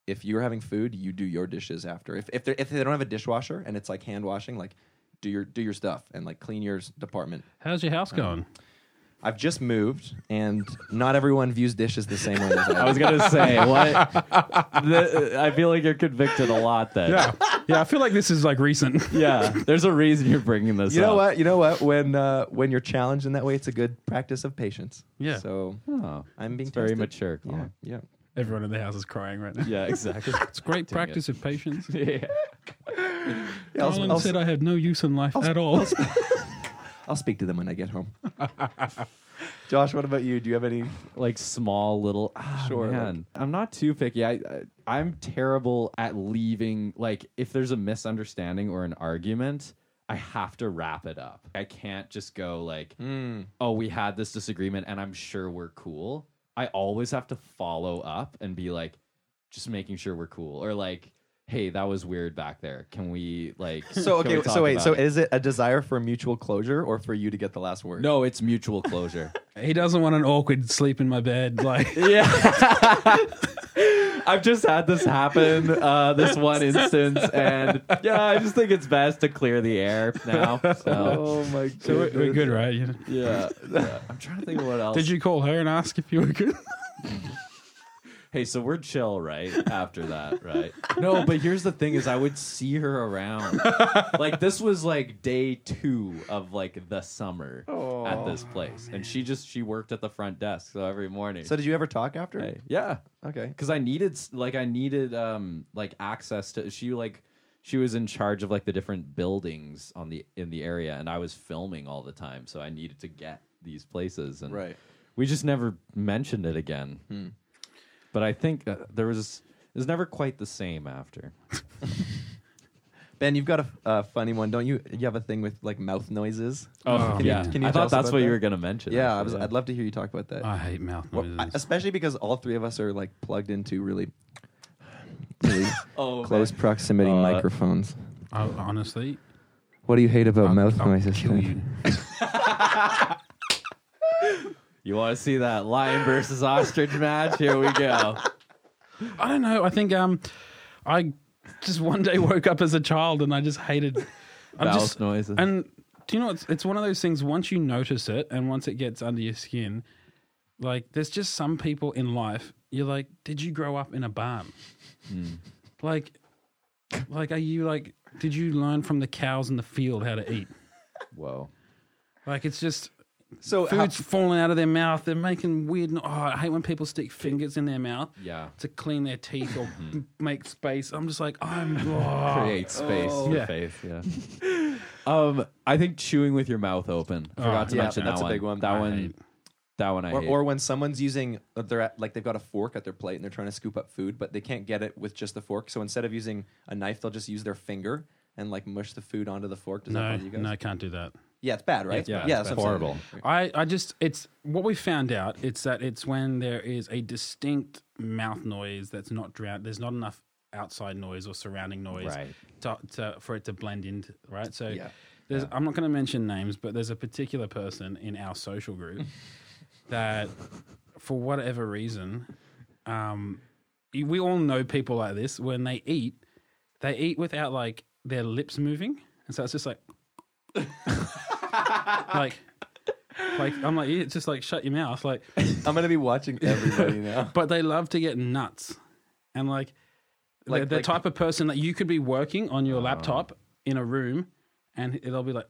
Speaker 1: if you're having food, you do your dishes after. If if, they're- if they don't have a dishwasher and it's like hand washing, like do your do your stuff and like clean your s- department.
Speaker 3: How's your house going?
Speaker 1: I've just moved and not everyone views dishes the same way as I.
Speaker 2: I was gonna say what? the, I feel like you're convicted a lot then.
Speaker 3: Yeah, yeah. I feel like this is like recent.
Speaker 2: Yeah, There's a reason you're bringing this.
Speaker 1: you know
Speaker 2: up.
Speaker 1: what? You know what? When uh, when you're challenged in that way, it's a good practice of patience.
Speaker 3: Yeah.
Speaker 1: So
Speaker 2: Oh,
Speaker 1: I'm being
Speaker 2: it's very
Speaker 1: tested.
Speaker 2: mature.
Speaker 1: Yeah.
Speaker 2: Colin.
Speaker 1: Yeah.
Speaker 3: Everyone in the house is crying right now.
Speaker 2: Yeah. Exactly.
Speaker 3: It's great
Speaker 2: Dang
Speaker 3: practice of patience.
Speaker 2: yeah.
Speaker 1: Yeah, I'll-
Speaker 3: Colin
Speaker 1: I'll-
Speaker 3: said I have no use in life at all.
Speaker 1: I'll speak to them when I get home. Josh, what about you? Do you have any?
Speaker 2: like small little ah,
Speaker 1: Sure,
Speaker 2: man. i'm not too picky I, I i'm terrible at leaving like if there's a misunderstanding or an argument i have to wrap it up i can't just go like
Speaker 1: Hmm.
Speaker 2: oh we had this disagreement and i'm sure we're cool i always have to follow up and be like just making sure we're cool or like hey that was weird back there can we like
Speaker 1: So
Speaker 2: can we
Speaker 1: okay, so
Speaker 2: talk
Speaker 1: wait,
Speaker 2: about
Speaker 1: so
Speaker 2: it?
Speaker 1: is it a desire for mutual closure or for you to get the last word?
Speaker 2: no it's mutual closure
Speaker 3: he doesn't want an awkward sleep in my bed. Like
Speaker 2: Yeah. I've just had this happen, uh, this one instance, and yeah, I just think it's best to clear the air now. So
Speaker 1: Oh my god.
Speaker 3: we're, we're good, right? You know?
Speaker 2: yeah, yeah. I'm trying to think of what else.
Speaker 3: Did you call her and ask if you were good?
Speaker 2: Hey, so we're chill, right? After that, right? No, but here's the thing: is I would see her around. Like this was like day two of like the summer at this place, and she just she worked at the front desk, so every morning.
Speaker 1: So did you ever talk after?
Speaker 2: Hey, yeah.
Speaker 1: Okay.
Speaker 2: because I needed s- like I needed um like access to she like she was in charge of like the different buildings on the in the area and I was filming all the time so I needed to get these places and
Speaker 1: Right. Hmm.
Speaker 2: we just never mentioned it again but I think uh, there was it was never quite the same after
Speaker 1: Ben, you've got a uh, funny one, don't you? You have a thing with like mouth noises.
Speaker 3: Oh,
Speaker 1: can
Speaker 2: yeah
Speaker 1: You, can you
Speaker 2: I
Speaker 1: tell
Speaker 2: thought
Speaker 1: us
Speaker 2: that's
Speaker 1: about
Speaker 2: what
Speaker 1: that?
Speaker 2: you were gonna mention
Speaker 1: Yeah, I
Speaker 2: actually,
Speaker 1: was, I'd love to hear you talk about that.
Speaker 3: I hate mouth
Speaker 1: Well,
Speaker 3: noises.
Speaker 1: I- especially because all three of us are like plugged into really, really
Speaker 2: oh
Speaker 1: close
Speaker 2: man.
Speaker 1: proximity
Speaker 2: Uh,
Speaker 1: microphones.
Speaker 3: I, honestly,
Speaker 1: What do you hate about mouth
Speaker 3: I'll
Speaker 1: noises?
Speaker 3: kill
Speaker 1: Ben?
Speaker 3: you.
Speaker 2: you want to see that lion versus ostrich match here we go
Speaker 3: I don't know. I think um, I just one day woke up as a child and I just hated. I'm
Speaker 2: Mouth
Speaker 3: just
Speaker 2: noises.
Speaker 3: And do you know it's it's one of those things. Once you notice it and once it gets under your skin, like there's just some
Speaker 1: Hmm.
Speaker 3: people in life. You're like, did you grow up in a barn? Like, Like, are you like, did you learn from the cows in the field how to eat?
Speaker 2: Whoa.
Speaker 3: Like, it's just
Speaker 1: So how-
Speaker 3: food's falling out of their mouth. They're making weird. no- Oh, I hate when people stick fingers in their mouth
Speaker 2: Yeah.
Speaker 3: to clean their teeth or
Speaker 1: Mm-hmm.
Speaker 3: m- make space. I'm just like, I'm. oh.
Speaker 2: Create space for
Speaker 3: Yeah.
Speaker 2: faith. Ah. Yeah. um, I think chewing with your mouth open. Forgot to
Speaker 1: yeah,
Speaker 2: mention
Speaker 1: that's
Speaker 2: that
Speaker 1: a big one.
Speaker 2: That
Speaker 1: I
Speaker 2: one.
Speaker 3: hate.
Speaker 2: That one I
Speaker 1: or,
Speaker 2: hate.
Speaker 1: or when someone's using uh, they're at, like they've got a fork at their plate and they're trying to scoop up food but they can't get it with just the fork so instead of using a knife they'll just use their finger and like mush the food onto the fork does that
Speaker 3: No,
Speaker 1: bother you guys
Speaker 3: no, I can't do that.
Speaker 1: yeah it's bad right
Speaker 2: Yeah,
Speaker 1: yeah
Speaker 2: it's
Speaker 1: that's
Speaker 2: bad.
Speaker 1: what I'm saying.
Speaker 2: Horrible.
Speaker 3: I, I just it's what we found out it's that it's when there is a distinct mouth noise that's not drowned there's not enough outside noise or surrounding noise
Speaker 2: Right.
Speaker 3: to, to, for it to blend in right so
Speaker 1: Yeah.
Speaker 3: there's I'm not going to mention names but there's a particular person in our social group that for whatever reason um we all know people like this when they eat they eat without like their lips moving and so it's just like like like I'm like it's just like shut your mouth like
Speaker 1: i'm gonna be watching everybody now
Speaker 3: but they love to get nuts and like like
Speaker 1: Like-
Speaker 3: the
Speaker 1: like-
Speaker 3: type of person that you could be working on your laptop in a room and they'll be like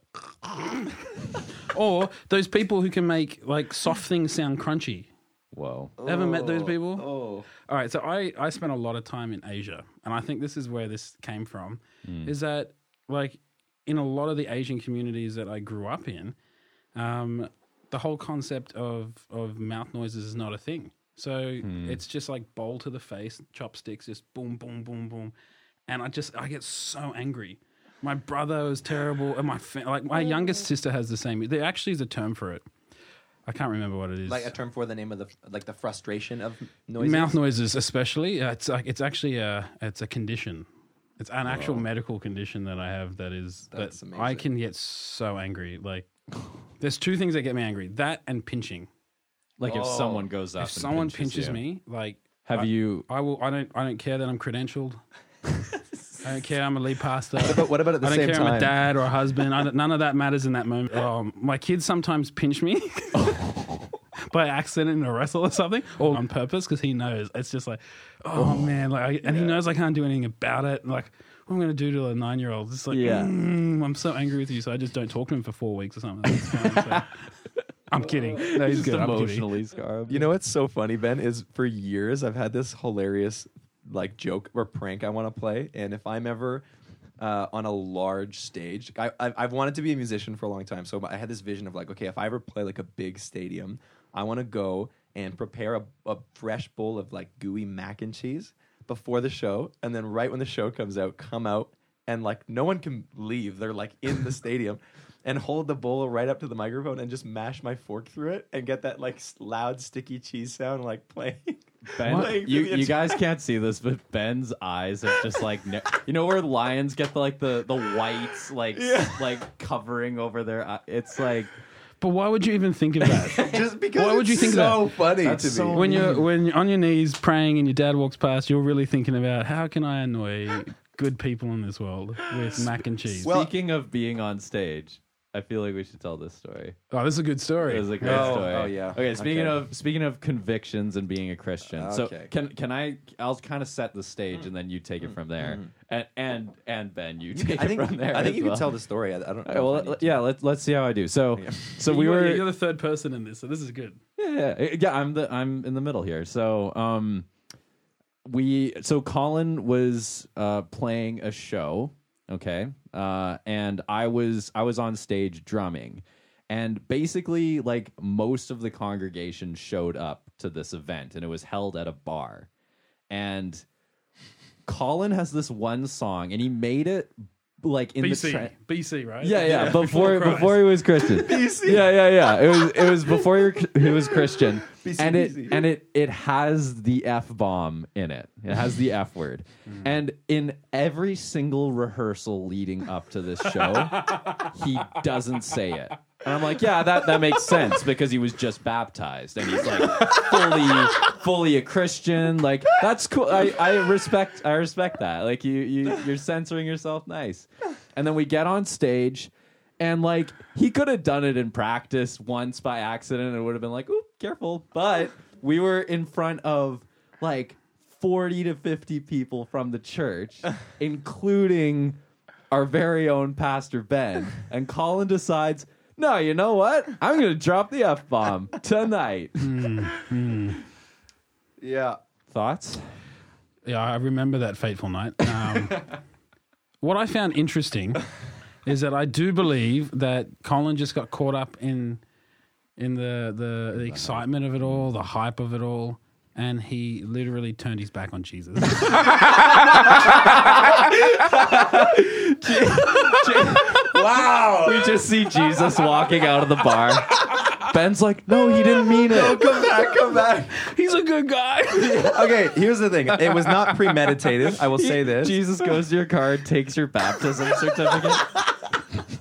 Speaker 3: or those people who can make like soft things sound crunchy
Speaker 2: Whoa.
Speaker 3: Haven't met those people?
Speaker 1: oh
Speaker 3: All right, so I, I spent a lot of time in Asia, and I think this is where this came from.
Speaker 1: Mm.
Speaker 3: Is that like in a lot of the Asian communities that I grew up in, um, the whole concept of of mouth noises is not a thing. So
Speaker 1: Hmm.
Speaker 3: it's just like bowl to the face, chopsticks, just boom, boom, boom, boom, and I just I get so angry. My brother was terrible, and my fa- like my youngest sister has the same. There actually is a term for it. I can't remember what it is
Speaker 1: like a term for the name of the like the frustration of noises
Speaker 3: mouth noises especially uh, it's like it's actually a it's a condition it's an actual medical condition that i have that is
Speaker 1: That's
Speaker 3: that i
Speaker 1: amazing.
Speaker 3: can get so angry like there's two things that get me angry that and pinching
Speaker 2: Like if
Speaker 1: Oh.
Speaker 2: someone goes up,
Speaker 3: if someone pinches, me like
Speaker 2: Have
Speaker 3: I,
Speaker 2: you?
Speaker 3: i will i don't i don't care that i'm credentialed i don't care i'm a lead pastor
Speaker 1: but what about at the
Speaker 3: I don't
Speaker 1: same
Speaker 3: care I'm a
Speaker 1: time
Speaker 3: dad or a husband. I don't, none of that matters in that moment. Um, my kids sometimes pinch me by accident in a wrestle or something, or on purpose because he knows. It's just like, oh, man, like, I, and he knows I can't do anything about it. and, Like, what am I going to do to a nine year old? It's like,
Speaker 2: Yeah.
Speaker 3: "Mm, I'm so angry with you, so I just don't talk to him for four weeks or something. It's fine, so- I'm kidding. No, he's
Speaker 2: Just
Speaker 3: good. I'm kidding.
Speaker 2: emotionally scarred.
Speaker 1: You know what's so funny, Ben, is for years I've had this hilarious like joke or prank I want to play, and if I'm ever uh, on a large stage, I, I've, I've wanted to be a musician for a long time, so I had this vision of like, okay, if I ever play like a big stadium, I want to go and prepare a, a fresh bowl of like gooey mac and cheese before the show, and then right when the show comes out, come out and like no one can leave. They're like in the stadium and hold the bowl right up to the microphone and just mash my fork through it and get that like s- loud sticky cheese sound like playing.
Speaker 2: Ben,
Speaker 1: playing through
Speaker 2: you,
Speaker 1: the
Speaker 2: you
Speaker 1: entire-
Speaker 2: guys can't see this, but Ben's eyes are just like ne- you know where lions get the, like the the whites like
Speaker 1: Yeah.
Speaker 2: like covering over their eye. It's like
Speaker 3: But why would you even think of that?
Speaker 1: just because
Speaker 3: Why would
Speaker 1: it's
Speaker 3: you think
Speaker 1: so
Speaker 3: that?
Speaker 1: funny
Speaker 2: That's
Speaker 1: to
Speaker 2: so
Speaker 1: me.
Speaker 3: when you're when you're on your knees praying and your dad walks past, you're really thinking about how can I annoy good people in this world with mac and cheese.
Speaker 1: Well-
Speaker 2: speaking of being on stage. I feel like we should tell this story.
Speaker 3: oh, this is a good
Speaker 2: It
Speaker 3: story.
Speaker 2: was a great
Speaker 1: Oh,
Speaker 2: story.
Speaker 1: oh, yeah.
Speaker 2: Okay. Speaking
Speaker 1: Okay.
Speaker 2: of speaking of convictions and being a Christian, so
Speaker 1: Okay. Mm-hmm.
Speaker 2: can can I? I'll kind of set the stage and then you take it from there, and and and Ben, you
Speaker 1: You can-
Speaker 2: take
Speaker 1: I
Speaker 2: it
Speaker 1: think
Speaker 2: from there.
Speaker 1: I think
Speaker 2: as
Speaker 1: you
Speaker 2: well.
Speaker 1: can tell the story. I, I don't know.
Speaker 2: All right,
Speaker 1: if I
Speaker 2: well,
Speaker 1: need
Speaker 2: let-
Speaker 1: to.
Speaker 2: yeah. Let's let's see how I do. So so we
Speaker 3: You are-
Speaker 2: were
Speaker 3: you're the third person in this, so this is good.
Speaker 2: yeah, yeah, yeah. I'm the I'm in the middle here. So um, we so Colin was uh playing a show, okay, uh, and I was I was on stage drumming, and basically like most of the congregation showed up to this event, and it was held at a bar, and Colin has this one song, and he made it like in the
Speaker 3: BC,
Speaker 2: trend.
Speaker 3: BC, right?
Speaker 2: Yeah, yeah. Before before,
Speaker 3: Christ.
Speaker 2: he was Christian. Yeah, yeah, yeah. It was it was before he were- he was Christian.
Speaker 1: BC.
Speaker 2: and it and it it has the f bomb in it. It has the f word. And in every single rehearsal leading up to this show, he doesn't say it. And I'm like, yeah, that, that makes sense because he was just baptized and he's like fully fully a Christian. Like that's cool. I, I respect I respect that. Like you you you're censoring yourself nice. And then we get on stage and like he could have done it in practice once by accident and it would have been like, oop, careful. But we were in front of like 40 to 50 people from the church, including our very own Pastor Ben. And Colin decides, no, you know what? I'm going to drop the F bomb tonight.
Speaker 1: Yeah.
Speaker 2: Thoughts?
Speaker 3: Yeah, I remember that fateful night. Um, what I found interesting is that I do believe that Colin just got caught up in in the, the the excitement of it all, the hype of it all, and he literally turned his back on Jesus.
Speaker 2: We just see Jesus walking out of the bar. Ben's like, no, he didn't mean it.
Speaker 1: Come back, come back.
Speaker 3: He's a good guy.
Speaker 1: Okay, here's the thing. It was not premeditated. I will say this.
Speaker 2: Jesus goes to your car, and takes your baptism certificate.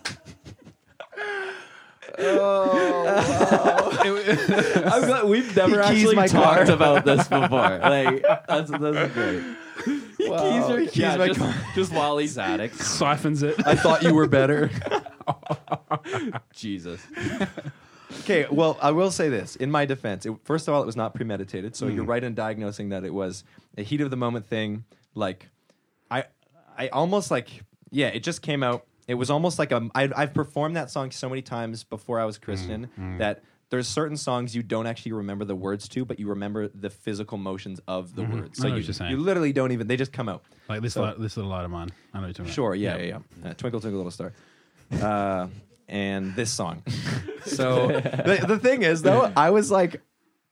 Speaker 2: I'm glad we've never
Speaker 1: He keys
Speaker 2: actually
Speaker 1: my car.
Speaker 2: talked about this before. Like, that's, that's great. He keys your
Speaker 1: Keys
Speaker 2: yeah,
Speaker 1: my
Speaker 2: just,
Speaker 1: car.
Speaker 2: just while he's at it.
Speaker 3: Siphons it.
Speaker 1: I thought you were better.
Speaker 2: Jesus.
Speaker 1: Okay, well, I will say this. In my defense, it, first of all, it was not premeditated. So
Speaker 3: Mm-hmm.
Speaker 1: you're right in diagnosing that it was a heat of the moment thing. Like, I, I almost like, yeah, it just came out. It was almost like a. I, I've performed that song so many times before I was Christian
Speaker 3: Mm-hmm.
Speaker 1: that there's certain songs you don't actually remember the words to, but you remember the physical motions of the words. So
Speaker 3: Mm-hmm. I know
Speaker 1: you,
Speaker 3: what you're saying.
Speaker 1: you literally don't even. They just come out.
Speaker 3: Like this, light, this little light of mine. I know what you're talking
Speaker 1: Sure, yeah, yeah, yeah. Uh, twinkle, twinkle, little star. Uh, and this song. so the, the thing is, though, I was like,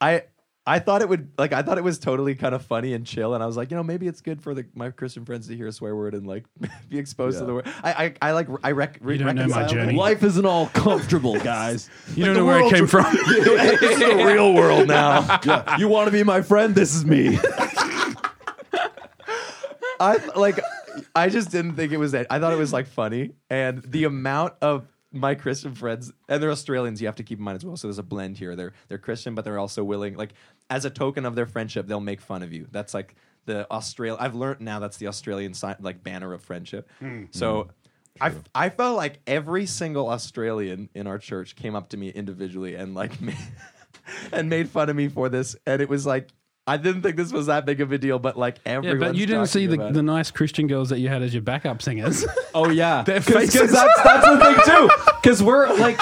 Speaker 1: I. I thought it would like I thought it was totally kind of funny and chill, and I was like, you know, maybe it's good for the, my Christian friends to hear a swear word and like be exposed to
Speaker 2: Yeah.
Speaker 1: the word. I I, I like I rec-
Speaker 3: You don't know my
Speaker 1: reconcile-
Speaker 3: journey.
Speaker 2: Life isn't all comfortable, guys.
Speaker 3: about. You don't know where it
Speaker 1: world-
Speaker 3: came from.
Speaker 1: This is the real world now.
Speaker 2: You want to be my friend? This is me.
Speaker 1: I like I just didn't think it was that. I thought it was like funny and the amount of my Christian friends and they're Australians you have to keep in mind as well. So there's a blend here. They're they're Christian but they're also willing like as a token of their friendship they'll make fun of you. That's like the Australia I've learned now that's the Australian sign like banner of friendship. So I, I felt like every single Australian in our church came up to me individually and like me and made fun of me for this and it was like I didn't think this was that big of a deal but like
Speaker 3: Yeah,
Speaker 1: everyone
Speaker 3: but you didn't see the, the nice Christian girls that you had as your backup singers.
Speaker 2: Oh yeah, because
Speaker 3: faces.
Speaker 2: that's that's the thing too. Because we're like,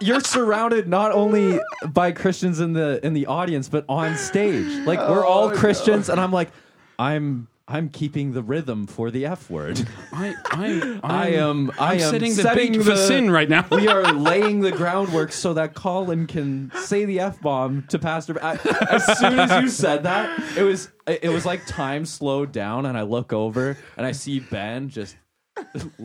Speaker 2: you're surrounded not only by Christians in the in the audience, but on stage. Like we're all Christians, and I'm like, I'm I'm keeping the rhythm for the F word.
Speaker 3: I, I,
Speaker 2: I am I
Speaker 3: I'm
Speaker 2: am
Speaker 3: setting the beat for sin right now.
Speaker 2: we are laying the groundwork so that Colin can say the f bomb to Pastor. I, as soon as you said that, it was it was like time slowed down, and I look over and I see Ben just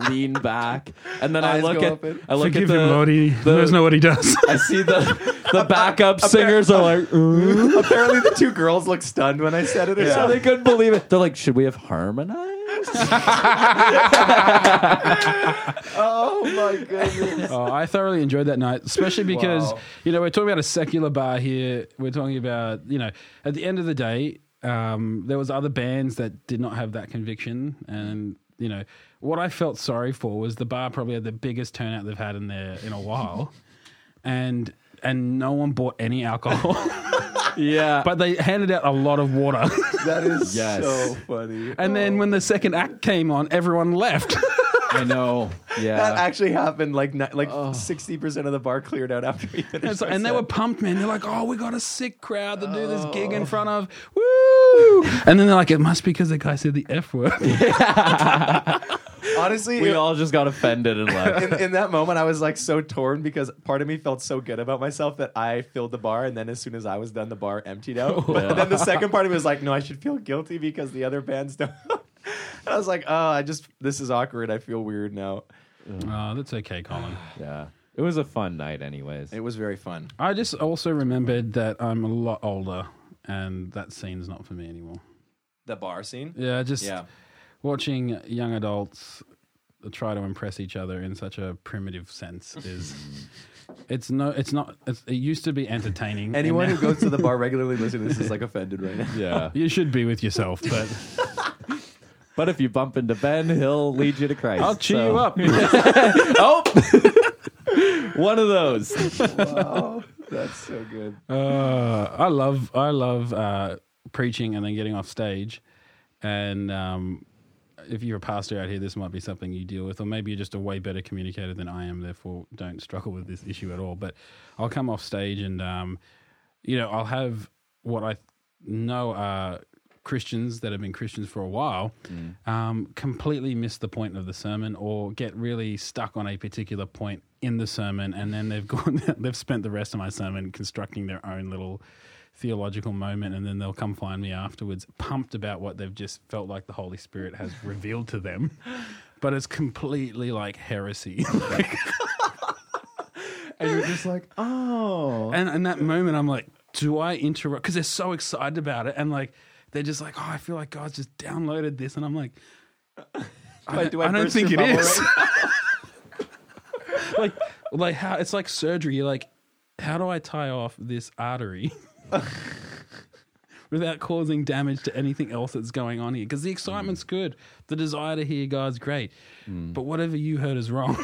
Speaker 2: lean back, and then I
Speaker 1: Eyes
Speaker 2: look
Speaker 1: go
Speaker 2: at
Speaker 1: open.
Speaker 2: I look
Speaker 3: Forgive
Speaker 2: at the,
Speaker 3: him, Lordy. He
Speaker 2: the-
Speaker 3: doesn't know what he does.
Speaker 2: I see the the backup singers are like, "Ooh."
Speaker 1: Apparently, the two girls looked stunned when I said it. Or
Speaker 2: so
Speaker 1: something.
Speaker 2: they couldn't believe it. They're like, should we have harmonized?
Speaker 1: Oh my goodness!
Speaker 3: Oh, I thoroughly enjoyed that night, especially because
Speaker 1: Wow.
Speaker 3: you know we're talking about a secular bar here. We're talking about you know at the end of the day, um, there was other bands that did not have that conviction, and you know what I felt sorry for was the bar probably had the biggest turnout they've had in there in a while, and and no one bought any alcohol,
Speaker 2: Yeah,
Speaker 3: but they handed out a lot of water,
Speaker 1: That is
Speaker 2: Yes.
Speaker 1: so funny.
Speaker 3: and then when the second act came on, everyone left.
Speaker 2: I know. Yeah,
Speaker 1: that actually happened. Like ni- like sixty percent of the bar cleared out after we finished.
Speaker 3: And, so-
Speaker 1: our
Speaker 3: Oh. and they
Speaker 1: set.
Speaker 3: were pumped, man. They're like, oh, we got a sick crowd to do this gig in front of. Woo! And then they're like, it must be because the guy said the F word.
Speaker 1: honestly.
Speaker 2: we
Speaker 1: it-
Speaker 2: all just got offended and left.
Speaker 1: in, in that moment, I was like so torn because part of me felt so good about myself that I filled the bar, and then as soon as I was done, the bar emptied out. But then the second part of me was like, no, I should feel guilty because the other bands don't. and I was like, oh, I just this is awkward. I feel weird now.
Speaker 3: oh, that's okay, Colin.
Speaker 2: Yeah. It was a fun night, anyways.
Speaker 1: It was very fun.
Speaker 3: I just also remembered that I'm a lot older and that scene's not for me anymore.
Speaker 1: The bar scene.
Speaker 3: Yeah, just
Speaker 1: Yeah.
Speaker 3: watching young adults try to impress each other in such a primitive sense is. It's no, it's not. It's, it used to be entertaining. and
Speaker 1: Anyone
Speaker 3: now-
Speaker 1: who goes to the bar regularly listening to this is like offended right now.
Speaker 2: yeah.
Speaker 3: you should be with yourself, but
Speaker 2: But if you bump into Ben, he'll lead you to Christ.
Speaker 3: I'll cheer
Speaker 2: so-
Speaker 3: you up.
Speaker 2: Oh! One of those.
Speaker 1: That's so good.
Speaker 3: Uh, I love I love uh, preaching and then getting off stage. And um, if you're a pastor out here, this might be something you deal with, or maybe you're just a way better communicator than I am. Therefore, don't struggle with this issue at all. But I'll come off stage and, um, you know, I'll have what I know are Christians that have been Christians for a while um, completely miss the point of the sermon or get really stuck on a particular point in the sermon, and then they've gone, they've spent the rest of my sermon constructing their own little theological moment and then they'll come find me afterwards pumped about what they've just felt like the holy spirit has revealed to them but it's completely like heresy
Speaker 2: and you're just like, oh,
Speaker 3: and in that moment i'm like do i interrupt because they're so excited about it and like they're just like oh i feel like god's just downloaded this and i'm like i
Speaker 1: Like,
Speaker 3: don't,
Speaker 1: do I
Speaker 3: I don't
Speaker 1: burst
Speaker 3: think it
Speaker 1: your bubble
Speaker 3: is like like how it's like surgery you're like how do i tie off this artery without causing damage to anything else that's going on here because the excitement's good the desire to hear god's great but whatever you heard is wrong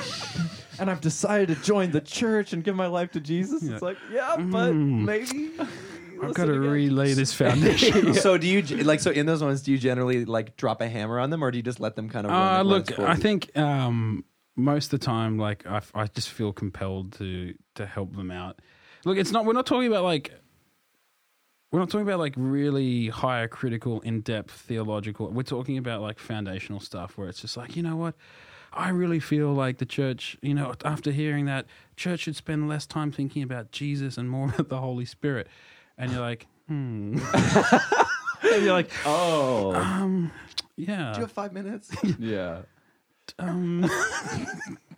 Speaker 1: and I've decided to join the church and give my life to Jesus. It's like, yeah, but maybe.
Speaker 3: i've got to relay this foundation
Speaker 1: So do you g- like so in those ones? Do you generally like drop a hammer on them, or do you just let them kind of? run
Speaker 3: Uh,
Speaker 1: it- run its
Speaker 3: look,
Speaker 1: course?
Speaker 3: I think um, most of the time, like I, I just feel compelled to to help them out. Look, it's not. We're not talking about like. We're not talking about like really higher critical, in depth theological. We're talking about like foundational stuff where it's just like, you know what? I really feel like the church, you know, after hearing that, church should spend less time thinking about Jesus and more about the Holy Spirit. And you're like, hmm. and you're like,
Speaker 2: oh,
Speaker 3: yeah.
Speaker 1: Do you have five minutes?
Speaker 2: yeah.
Speaker 3: um,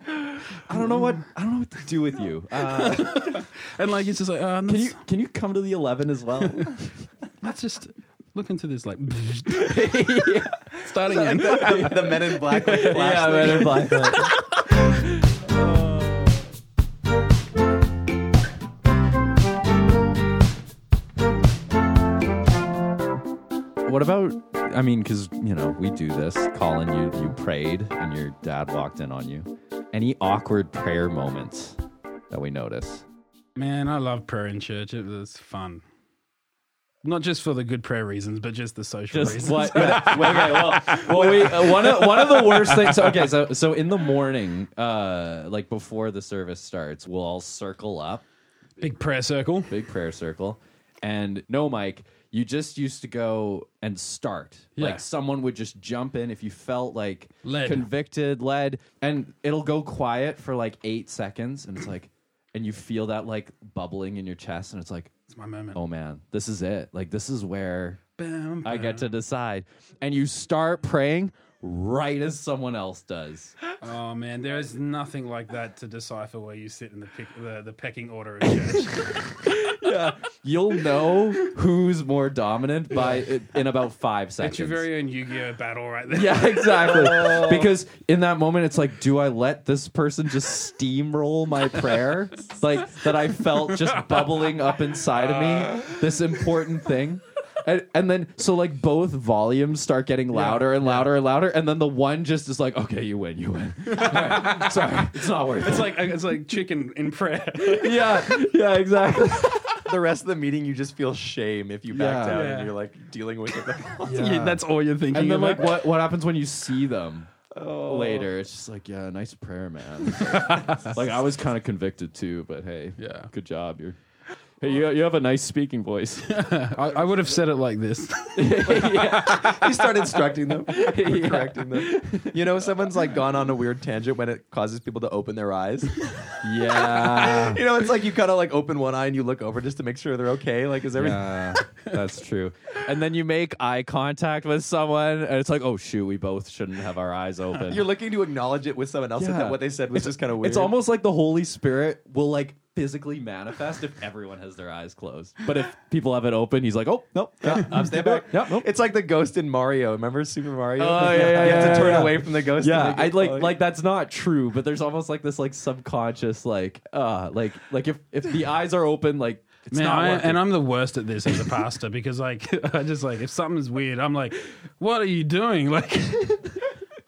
Speaker 1: I don't know what.
Speaker 2: I don't know what to do with you. Uh,
Speaker 3: and like, it's just like, uh,
Speaker 1: Can you can you come to the eleven as well?
Speaker 3: Let's just look into this like starting in.
Speaker 1: the, the Men in Black. Like,
Speaker 2: Yeah, Men in
Speaker 1: Black.
Speaker 2: what about? I mean, because you know we do this. Colin, you you prayed, and your dad walked in on you. Any awkward prayer moments that we notice?
Speaker 3: Man, I love prayer in church. It was fun. Not just for the good prayer reasons, but just the social reasons.
Speaker 2: what? wait, wait, well, well we, uh, one of one of the worst things. Okay, so so in the morning, uh, like before the service starts, we'll all circle up,
Speaker 3: Big prayer circle.
Speaker 2: big prayer circle, and no, Mike, you just used to go and start.
Speaker 3: Yeah.
Speaker 2: Like someone would just jump in if you felt like
Speaker 3: Led.
Speaker 2: convicted, led, and it'll go quiet for like eight seconds, and it's like, and you feel that like bubbling in your chest, and it's like,
Speaker 3: It's my moment.
Speaker 2: oh man, this is it. Like this is where
Speaker 3: Bam,
Speaker 2: I get to decide. And you start praying right as someone else does.
Speaker 3: Oh man, there is nothing like that to decipher where you sit in the pick, the, the pecking order in church.
Speaker 2: You'll know who's more dominant by in about five seconds.
Speaker 3: it's your very own Yu-Gi-Oh battle right there.
Speaker 2: yeah, exactly. Because in that moment, it's like, do I let this person just steamroll my prayer, like that I felt just bubbling up inside of me, this important thing, and, and then so like both volumes start getting louder and louder and louder, and then the one just is like, okay, you win, you win. All right, sorry, it's not worth it.
Speaker 3: It's like it's like chicken in prayer.
Speaker 2: yeah, yeah, exactly.
Speaker 1: the rest of the meeting, you just feel shame if you backed
Speaker 2: Yeah.
Speaker 1: out
Speaker 3: Yeah.
Speaker 1: and you're like dealing with it.
Speaker 3: Yeah, that's all you're thinking.
Speaker 2: And then
Speaker 3: about.
Speaker 2: like what what happens when you see them later? It's just like, yeah, nice prayer, man. like I was kind of convicted too, but hey,
Speaker 3: Yeah.
Speaker 2: good job. You're Hey, you, you have a nice speaking voice.
Speaker 3: I, I would have said it like this.
Speaker 1: you start instructing them, correcting them. You know, someone's like gone on a weird tangent when it causes people to open their eyes.
Speaker 2: yeah.
Speaker 1: you know, it's like you kind of like open one eye and you look over just to make sure they're okay. Like, is everything?
Speaker 2: Yeah, that's true. And then you make eye contact with someone, and it's like, oh shoot, we both shouldn't have our eyes open.
Speaker 1: You're looking to acknowledge it with someone else, and
Speaker 2: Yeah.
Speaker 1: that what they said was just kind of weird.
Speaker 2: It's almost like the Holy Spirit will like physically manifest if everyone has their eyes closed. But if people have it open, he's like, oh nope, yeah, I'm
Speaker 1: Stand
Speaker 2: staying
Speaker 1: Uh, back.
Speaker 2: back. Yep, nope.
Speaker 1: It's like the ghost in Mario. Remember Super Mario?
Speaker 2: Oh, yeah, yeah,
Speaker 1: you have
Speaker 2: yeah,
Speaker 1: to turn
Speaker 2: yeah.
Speaker 1: away from the ghost. to
Speaker 2: yeah
Speaker 1: make it
Speaker 2: i like
Speaker 1: follow you.
Speaker 2: like that's not true but there's almost like this like subconscious like uh like like if if the eyes are open like it's
Speaker 3: Man,
Speaker 2: not
Speaker 3: I,
Speaker 2: working.
Speaker 3: and I'm the worst at this as a pastor because like I just like if something's weird, I'm like, what are you doing? Like,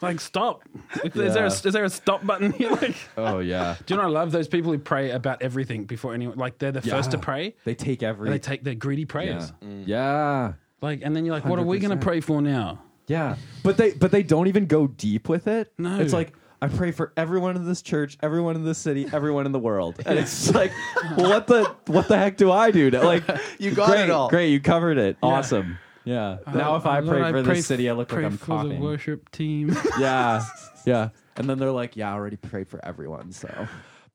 Speaker 3: like stop. If- Is there a,
Speaker 2: Yeah.
Speaker 3: is there a stop button here? Like,
Speaker 2: oh yeah
Speaker 3: do you know I love those people who pray about everything before anyone? Like they're the first to
Speaker 2: Yeah.
Speaker 3: pray.
Speaker 2: they take every
Speaker 1: Mm.
Speaker 3: And they take their greedy prayers.
Speaker 2: yeah. yeah
Speaker 3: Like, and then you're like, what are we going to pray for now?
Speaker 2: Yeah, but they but they don't even go deep with it.
Speaker 3: No.
Speaker 2: it's like I pray for everyone in this church, everyone in this city, everyone in the world, and it's like, what the what the heck do I do? To, like,
Speaker 1: You got
Speaker 2: great,
Speaker 1: it all.
Speaker 2: Great, you covered it. Awesome. Yeah.
Speaker 3: Uh,
Speaker 2: now if I, pray for this city, I look like I'm
Speaker 3: for the
Speaker 2: coughing.
Speaker 3: worship team.
Speaker 2: yeah, yeah. And then they're like, yeah, I already prayed for everyone, so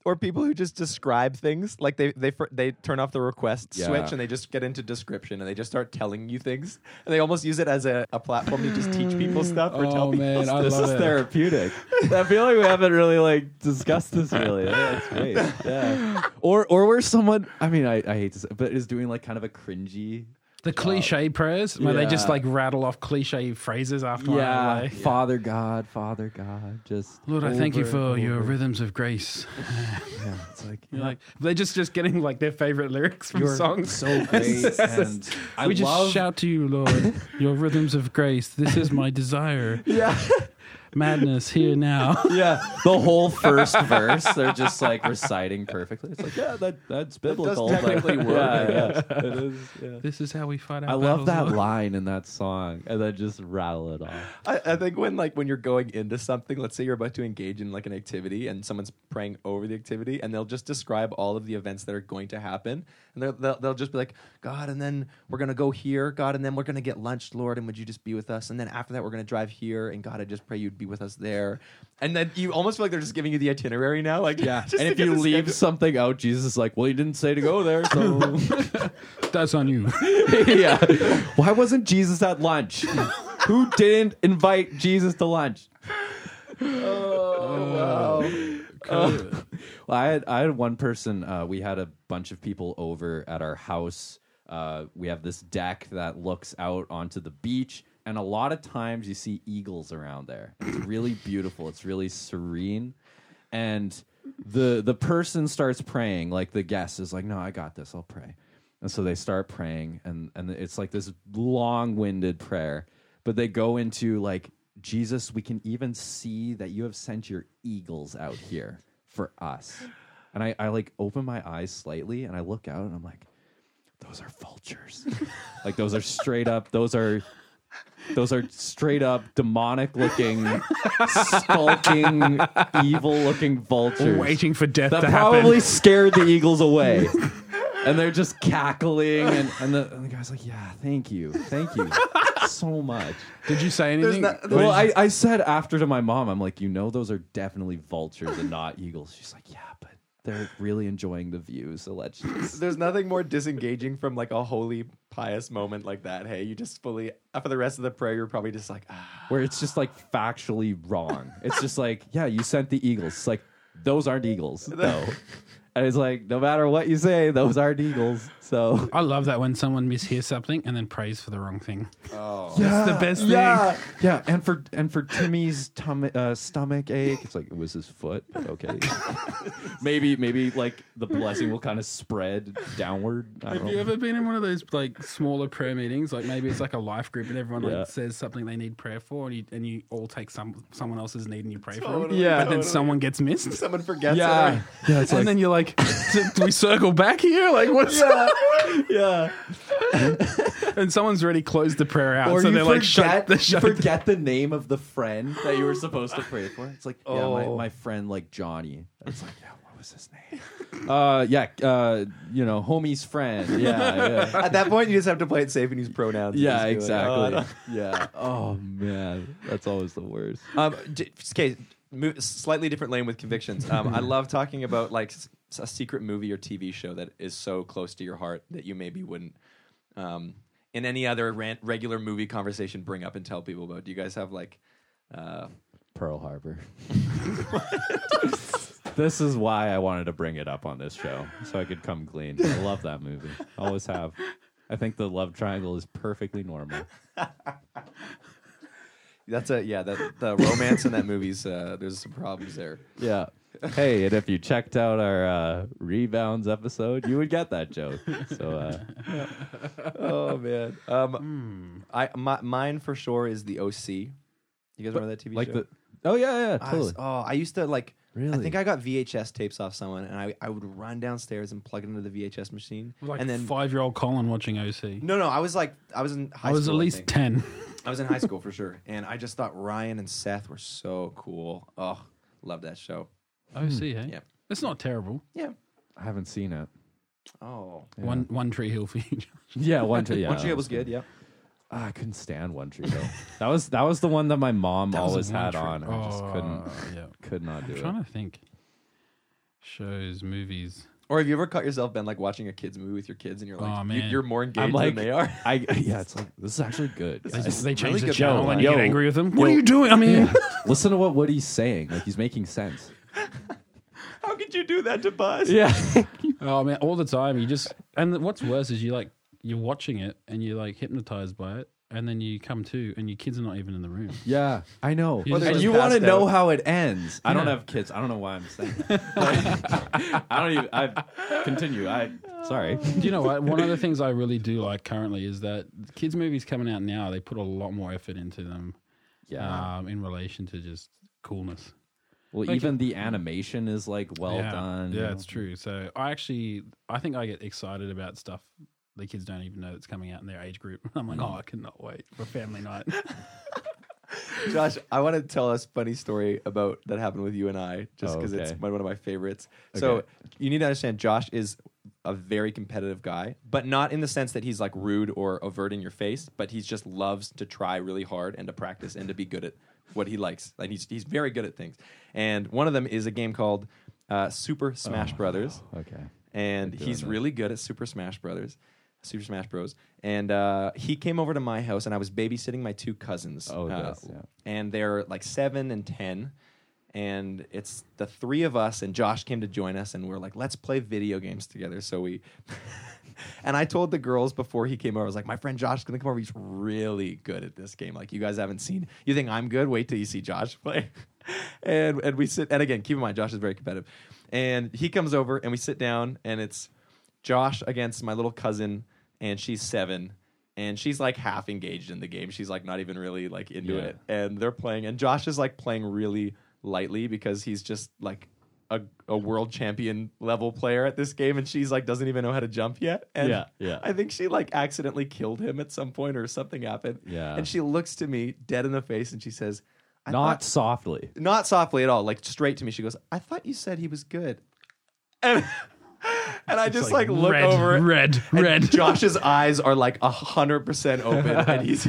Speaker 1: or people who just describe things like they they fir- they turn off the request
Speaker 2: Yeah.
Speaker 1: switch and they just get into description and they just start telling you things and they almost use it as a, a platform to just teach people stuff or tell
Speaker 3: Oh,
Speaker 1: people
Speaker 3: man, I
Speaker 1: stuff.
Speaker 2: this
Speaker 3: love
Speaker 2: is
Speaker 3: it.
Speaker 2: therapeutic. I feel like we haven't really like discussed this really. Yeah, it's great. Yeah. Or or where someone I mean I, I hate to say but is doing like kind of a cringy
Speaker 3: the cliche prayers where they just
Speaker 2: Yeah.
Speaker 3: like rattle off cliche phrases after one another, like,
Speaker 2: Father God, Father God, just
Speaker 3: Lord, I thank you
Speaker 2: over
Speaker 3: for
Speaker 2: and
Speaker 3: your
Speaker 2: over.
Speaker 3: rhythms of grace.
Speaker 2: Yeah, it's like
Speaker 3: You're like they're just just getting like their favorite lyrics from
Speaker 2: you're
Speaker 3: songs.
Speaker 2: so great, and I
Speaker 3: we just
Speaker 2: love
Speaker 3: shout to you, Lord, your rhythms of grace. This is my desire.
Speaker 1: Yeah.
Speaker 3: Madness here now.
Speaker 2: yeah the whole first verse. They're just like reciting perfectly. It's like yeah, that that's biblical. but-
Speaker 1: technically work, I
Speaker 2: Yeah, yeah, it is. Yeah.
Speaker 3: This is how we fight our
Speaker 2: I love
Speaker 3: battles,
Speaker 2: that
Speaker 3: Lord.
Speaker 2: line in that song, and then just rattle it off.
Speaker 1: I, I think when like when you're going into something, let's say you're about to engage in like an activity and someone's praying over the activity, and they'll just describe all of the events that are going to happen, and they'll they'll, they'll just be like, God, and then we're gonna go here, God, and then we're gonna get lunch, Lord, and would you just be with us? And then after that, we're gonna drive here, and God, I just pray you'd be with us there, and then you almost feel like they're just giving you the itinerary now, like
Speaker 2: Yeah,
Speaker 1: just
Speaker 2: and
Speaker 1: to
Speaker 2: if
Speaker 1: get
Speaker 2: you
Speaker 1: the
Speaker 2: leave
Speaker 1: schedule.
Speaker 2: something out, Jesus is like, "Well, you didn't say to go there, so
Speaker 3: That's on you.
Speaker 2: yeah. Why wasn't Jesus at lunch? Who didn't invite Jesus to lunch? Uh, Well, I had I had one person. Uh, we had a bunch of people over at our house. Uh, we have this deck that looks out onto the beach, and a lot of times you see eagles around there. It's really beautiful. It's really serene, and the the person starts praying. Like the guest is like, "No, I got this. I'll pray." And so they start praying, and and it's like this long winded prayer, but they go into like Jesus, we can even see that you have sent your eagles out here for us. And I, I like open my eyes slightly and I look out and I'm like, those are vultures. like those are straight up, those are those are straight up demonic looking, skulking, evil looking vultures
Speaker 3: Waiting for death
Speaker 2: that
Speaker 3: to
Speaker 2: probably
Speaker 3: happen.
Speaker 2: scared the eagles away. and they're just cackling and, and, the, and the guy's like, Yeah, thank you. Thank you so much.
Speaker 3: Did you say anything?
Speaker 1: not-
Speaker 3: What
Speaker 2: Well,
Speaker 3: did you-
Speaker 2: I, I said after to my mom, I'm like, you know, those are definitely vultures and not eagles. She's like, yeah, but they're really enjoying the view, so let's just.
Speaker 1: There's nothing more disengaging from like a holy, pious moment like that. Hey, you just fully for the rest of the prayer, you're probably just like, ah.
Speaker 2: Where it's just like factually wrong. It's just like, yeah, you sent the eagles. It's like, those aren't eagles, though. And it's like, no matter what you say, those aren't eagles. So
Speaker 3: I love that when someone mishears something and then prays for the wrong thing.
Speaker 2: yeah,
Speaker 3: the best
Speaker 2: yeah, Yeah, and for and for Timmy's tum- uh, stomach ache, it's like it was his foot. but Okay, maybe maybe like the blessing will kind of spread downward. I don't
Speaker 3: Have
Speaker 2: know.
Speaker 3: you ever been in one of those like smaller prayer meetings? Like maybe it's like a life group and everyone
Speaker 2: Yeah.
Speaker 3: like says something they need prayer for, and you, and you all take some someone else's need and you pray for them.
Speaker 1: Totally,
Speaker 3: but
Speaker 1: Yeah.
Speaker 3: then
Speaker 1: totally.
Speaker 3: someone gets missed,
Speaker 1: someone forgets. it.
Speaker 2: yeah, yeah,
Speaker 3: and then you're like, "Do- "Do we circle back here? Like what's?" up?
Speaker 2: yeah.
Speaker 3: And someone's already closed the prayer out,
Speaker 2: Or
Speaker 3: so
Speaker 2: you
Speaker 3: they're
Speaker 2: forget,
Speaker 3: like, "Shut the
Speaker 2: you
Speaker 3: shut." the-
Speaker 2: forget the name of the friend that you were supposed to pray for. It's like, yeah, my,
Speaker 1: Oh.
Speaker 2: my friend like Johnny. And It's like, yeah, what was his name? Uh, yeah, uh, you know, homie's friend. Yeah, yeah.
Speaker 1: At that point, you just have to play it safe and use pronouns. and
Speaker 2: Yeah,
Speaker 1: just be like, "Oh, I
Speaker 2: exactly.
Speaker 1: don't-"
Speaker 2: yeah. Oh man, that's always the worst.
Speaker 1: Um, d- okay, move, slightly different lane with convictions. Um, I love talking about like s- a secret movie or TV show that is so close to your heart that you maybe wouldn't, um, in any other rant, regular movie conversation, bring up and tell people about. Do you guys have like, uh,
Speaker 2: Pearl Harbor. this is why I wanted to bring it up on this show, so I could come clean. I love that movie. Always have. I think the love triangle is perfectly normal.
Speaker 1: that's a yeah, that the romance in that movie's uh, there's some problems there.
Speaker 2: Yeah. Hey, and if you checked out our uh, rebounds episode, you would get that joke. So uh,
Speaker 1: Oh man, um,
Speaker 2: Hmm.
Speaker 1: I my, mine for sure is the OC. You guys remember that TV
Speaker 2: like
Speaker 1: show?
Speaker 2: the oh yeah yeah
Speaker 1: I
Speaker 2: totally
Speaker 1: s- oh, I used to like
Speaker 2: Really?
Speaker 1: I think I got VHS tapes off someone, and I, I would run downstairs and plug it into the VHS machine,
Speaker 3: Like
Speaker 1: and then
Speaker 3: five year old Colin watching OC.
Speaker 1: no, no, I was like, I was in high
Speaker 3: I was at
Speaker 1: school,
Speaker 3: least
Speaker 1: think.
Speaker 3: ten.
Speaker 1: I was in high school for sure, and I just thought Ryan and Seth were so cool. Oh, love that show.
Speaker 3: OC,
Speaker 2: Hmm.
Speaker 3: eh?
Speaker 1: Yeah.
Speaker 3: It's not terrible.
Speaker 1: Yeah.
Speaker 2: I haven't seen it.
Speaker 1: Oh.
Speaker 3: One One Tree Hill for you.
Speaker 2: Yeah, one tree. Yeah,
Speaker 1: One Tree Hill was good. Yeah.
Speaker 2: Ah, I couldn't stand One Tree Hill. that was that was the one that my mom
Speaker 3: That was
Speaker 2: always
Speaker 3: a One
Speaker 2: had
Speaker 3: Tree-
Speaker 2: on. I just couldn't
Speaker 3: Oh, yeah.
Speaker 2: could not do
Speaker 3: I'm
Speaker 2: it.
Speaker 3: trying to think. Shows, movies.
Speaker 1: Or have you ever caught yourself been like watching a kids movie with your kids, and you're like,
Speaker 3: Aw,
Speaker 1: you-
Speaker 3: man.
Speaker 1: you're more
Speaker 2: Oh, I'm
Speaker 1: engaged
Speaker 2: like
Speaker 1: than they are.
Speaker 2: I yeah, it's like this is actually good.
Speaker 3: They,
Speaker 2: guys.
Speaker 3: they change
Speaker 1: really
Speaker 3: the
Speaker 1: good
Speaker 3: channel
Speaker 1: dialogue.
Speaker 3: and you get
Speaker 2: Yo,
Speaker 3: angry with them. What are
Speaker 2: yo.
Speaker 3: you doing? I mean,
Speaker 2: Listen to what Woody's saying. Like he's making sense.
Speaker 1: How could you do that to Buzz?
Speaker 2: Yeah.
Speaker 3: oh man, all the time. You just and what's worse is you like you're watching it and you're like hypnotized by it, and then you come to and your kids are not even in the room.
Speaker 2: Yeah. I know.
Speaker 3: You just
Speaker 2: and
Speaker 3: like
Speaker 2: you want to
Speaker 1: passed
Speaker 2: know
Speaker 1: out.
Speaker 2: how it ends. I don't
Speaker 3: Yeah.
Speaker 2: have kids. I don't know why I'm saying that. I don't even I continue. I sorry.
Speaker 3: Do you know what? One of the things I really do like currently is that kids' movies coming out now, they put a lot more effort into them
Speaker 2: Yeah.
Speaker 3: um, in relation to just coolness.
Speaker 2: well,
Speaker 3: like-
Speaker 2: even the animation is like well
Speaker 3: yeah.
Speaker 2: done.
Speaker 3: Yeah, it's true. So I actually, I think I get excited about stuff the kids don't even know that's coming out in their age group. I'm like, oh, I cannot wait for family night.
Speaker 1: Josh, I want to tell us a funny story about that happened with you and I, just
Speaker 2: Oh,
Speaker 1: because
Speaker 2: okay.
Speaker 1: it's my, one of my favorites. So
Speaker 2: Okay.
Speaker 1: you need to understand, Josh is a very competitive guy, but not in the sense that he's like rude or overt in your face, but he just loves to try really hard and to practice and to be good at what he likes. Like he's he's very good at things, and one of them is a game called uh, Super
Speaker 2: Oh.
Speaker 1: Smash Brothers
Speaker 2: Okay.
Speaker 1: and
Speaker 2: doing
Speaker 1: he's
Speaker 2: that.
Speaker 1: really good at Super Smash Brothers, Super Smash Bros. And uh, he came over to my house, and I was babysitting my two cousins.
Speaker 2: Oh,
Speaker 1: uh,
Speaker 2: yes, yeah.
Speaker 1: And they're like seven and ten, and it's the three of us, and Josh came to join us, and we're like, let's play video games together. So we. And I told the girls before he came over, I was like, my friend Josh is going to come over. He's really good at this game. Like, you guys haven't seen, you think I'm good? Wait till you see Josh play. and, and we sit, and again, keep in mind, Josh is very competitive. And he comes over and we sit down, and it's Josh against my little cousin, and she's seven. And she's like half engaged in the game. She's like not even really like into
Speaker 2: Yeah.
Speaker 1: it. And they're playing, and Josh is like playing really lightly because he's just like a, a world champion level player at this game, and she's like doesn't even know how to jump yet. And
Speaker 2: Yeah, yeah.
Speaker 1: I think she like accidentally killed him at some point or something happened.
Speaker 2: Yeah.
Speaker 1: And she looks to me dead in the face and she says, I
Speaker 2: Not
Speaker 1: thought-
Speaker 2: softly.
Speaker 1: not softly at all, like straight to me. She goes, I thought you said he was good. And, and I just like, look
Speaker 3: red,
Speaker 1: over it.
Speaker 3: red,
Speaker 1: and
Speaker 3: red.
Speaker 1: Josh's eyes are like hundred percent open, and he's.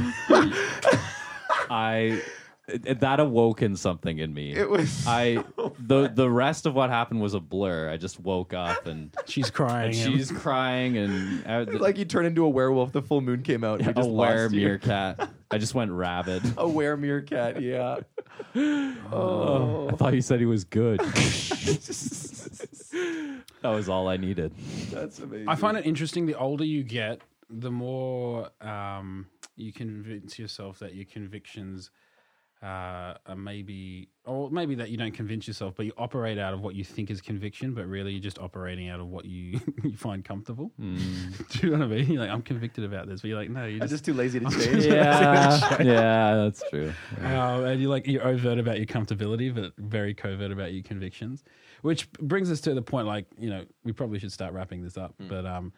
Speaker 2: I it- that awoken something in me.
Speaker 1: It was.
Speaker 2: I the the rest of what happened was a blur. I just woke up and
Speaker 3: She's crying. and-
Speaker 2: she's crying and uh, I,
Speaker 1: like you turn into a werewolf. The full moon came out. And we
Speaker 2: a
Speaker 1: just
Speaker 2: were
Speaker 1: lost you.
Speaker 2: meerkat. I just went rabid.
Speaker 1: A were cat. Yeah.
Speaker 2: Oh,
Speaker 1: Oh.
Speaker 2: I thought you said he was good. that was all I needed.
Speaker 1: That's amazing.
Speaker 3: I find it interesting. The older you get, the more um, you convince yourself that your convictions uh, are maybe, or maybe that you don't convince yourself, but you operate out of what you think is conviction, but really you're just operating out of what you, you find comfortable. Do you know what I mean? You're like, I'm convicted about this, but you're like, no, you
Speaker 1: I'm
Speaker 3: just.
Speaker 1: just too lazy to change.
Speaker 2: Yeah, yeah, that's true.
Speaker 3: Um, and you like you're overt about your comfortability, but very covert about your convictions, which brings us to the point. Like you know, we probably should start wrapping this up. But um,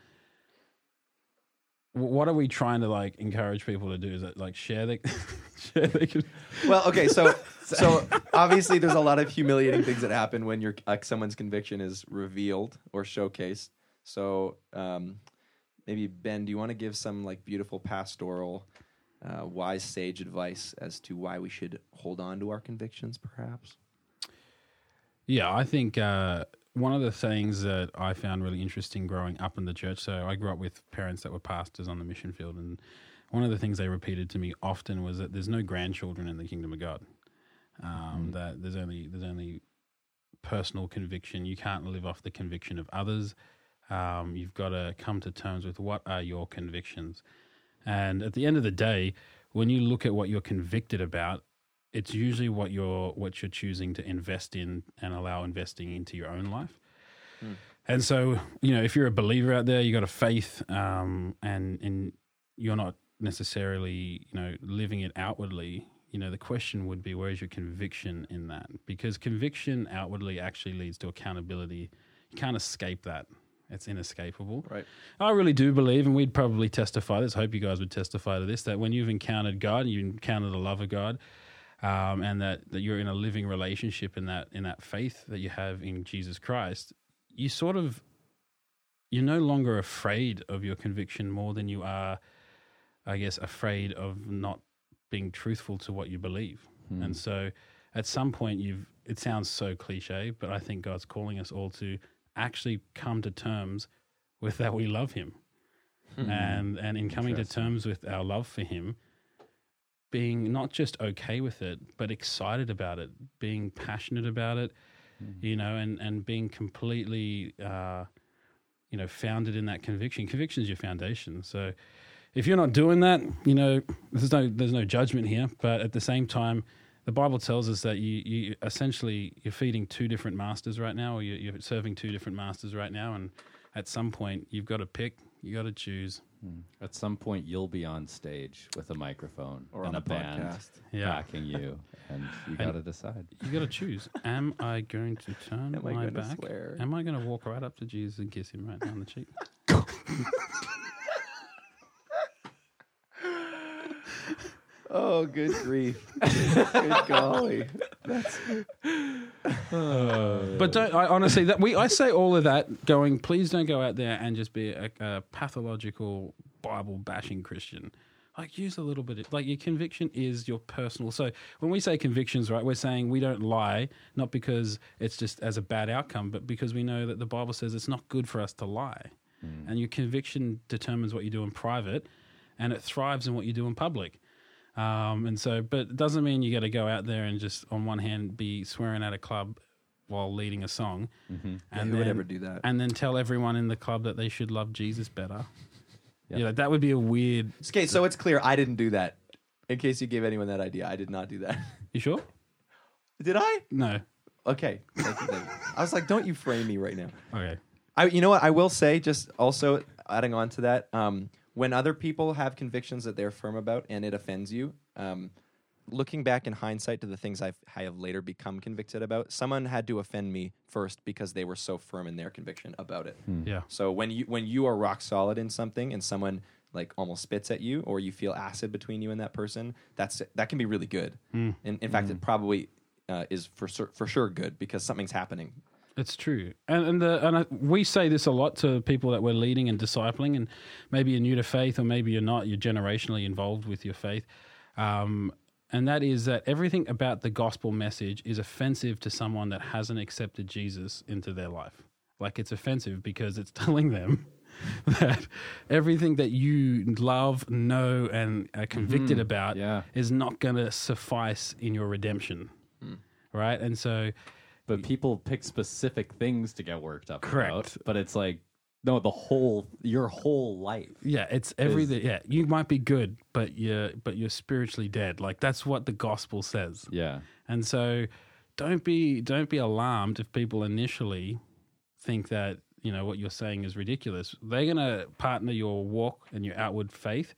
Speaker 3: wh- what are we trying to like encourage people to do? Is that like share the share the con-
Speaker 1: Well, okay, so so obviously there's a lot of humiliating things that happen when your like someone's conviction is revealed or showcased. So um, maybe Ben, do you want to give some like beautiful pastoral, uh, wise sage advice as to why we should hold on to our convictions, perhaps?
Speaker 3: Yeah, I think uh, one of the things that I found really interesting growing up in the church. So I grew up with parents that were pastors on the mission field, and one of the things they repeated to me often was that there's no grandchildren in the kingdom of God. Um, That there's only there's only personal conviction. You can't live off the conviction of others. Um, you've got to come to terms with what are your convictions. And at the end of the day, when you look at what you're convicted about, it's usually what you're what you're choosing to invest in and allow investing into your own life. And so, you know, if you're a believer out there, you got a faith, um, and and you're not necessarily, you know, living it outwardly. you know, the question would be, where is your conviction in that? Because conviction outwardly actually leads to accountability. You can't escape that. It's inescapable.
Speaker 1: Right.
Speaker 3: I really do believe, and we'd probably testify this. Hope you guys would testify to this that when you've encountered God, you encounter the love of God, um, and that, that you're in a living relationship in that in that faith that you have in Jesus Christ. You sort of you're no longer afraid of your conviction more than you are, I guess, afraid of not being truthful to what you believe. And so at some point, you've, it sounds so cliche, but I think God's calling us all to actually come to terms with that we love Him. And, and in coming to terms with our love for Him, being not just okay with it, but excited about it, being passionate about it, you know, and, and being completely, uh, you know, founded in that conviction. Conviction is your foundation. So if you're not doing that, you know, there's no there's no judgment here. But at the same time, the Bible tells us that you you essentially you're feeding two different masters right now, or you're, you're serving two different masters right now, and at some point you've got to pick, you got to choose.
Speaker 2: At some point, you'll be on stage with a microphone
Speaker 1: Or on
Speaker 2: and a
Speaker 1: a
Speaker 2: band
Speaker 1: podcast.
Speaker 3: Yeah.
Speaker 2: backing you, and you got to decide.
Speaker 3: You got to choose. Am I going to turn
Speaker 1: Am I
Speaker 3: my
Speaker 1: gonna
Speaker 3: back?
Speaker 1: swear?
Speaker 3: Am I going to walk right up to Jesus and kiss him right down the cheek?
Speaker 1: Oh, good grief. good golly.
Speaker 3: But don't I honestly that we I say all of that going please don't go out there and just be a, a pathological Bible bashing Christian. Like use a little bit of, like your conviction is your personal. So when we say convictions, right, we're saying we don't lie not because it's just as a bad outcome, but because we know that the Bible says it's not good for us to lie. And your conviction determines what you do in private, and it thrives in what you do in public. Um, and so, but it doesn't mean you got to go out there and just on one hand be swearing at a club while leading a song, and
Speaker 1: who would ever do that?
Speaker 3: And then tell everyone in the club that they should love Jesus better. Yeah, that would be a weird.
Speaker 1: Okay, so it's clear I didn't do that. In case you gave anyone that idea, I did not do that.
Speaker 3: You sure?
Speaker 1: Did I?
Speaker 3: No.
Speaker 1: Okay. Thank you, thank you. I was like, don't you frame me right now.
Speaker 3: Okay.
Speaker 1: I, you know what? I will say, just also adding on to that, um, when other people have convictions that they're firm about and it offends you, um, looking back in hindsight to the things I've, I have later become convicted about, someone had to offend me first because they were so firm in their conviction about it.
Speaker 3: Yeah.
Speaker 1: So when you when you are rock solid in something and someone like almost spits at you or you feel acid between you and that person, that's that can be really good. And in fact, it probably uh, is for cer- for sure good because something's happening.
Speaker 3: It's true, and and the and I, we say this a lot to people that we're leading and discipling, and maybe you're new to faith, or maybe you're not. You're generationally involved with your faith, um, and that is that everything about the gospel message is offensive to someone that hasn't accepted Jesus into their life. Like it's offensive because it's telling them that everything that you love, know, and are convicted about
Speaker 2: Yeah.
Speaker 3: is not going to suffice in your redemption, right? And so.
Speaker 2: But people pick specific things to get worked up
Speaker 3: Correct.
Speaker 2: about. But it's like, no, the whole your whole life.
Speaker 3: Yeah, it's everything. Yeah, you might be good, but you're but you're spiritually dead. Like that's what the gospel says.
Speaker 2: Yeah.
Speaker 3: And so, don't be don't be alarmed if people initially think that you know what you're saying is ridiculous. They're gonna partner your walk and your outward faith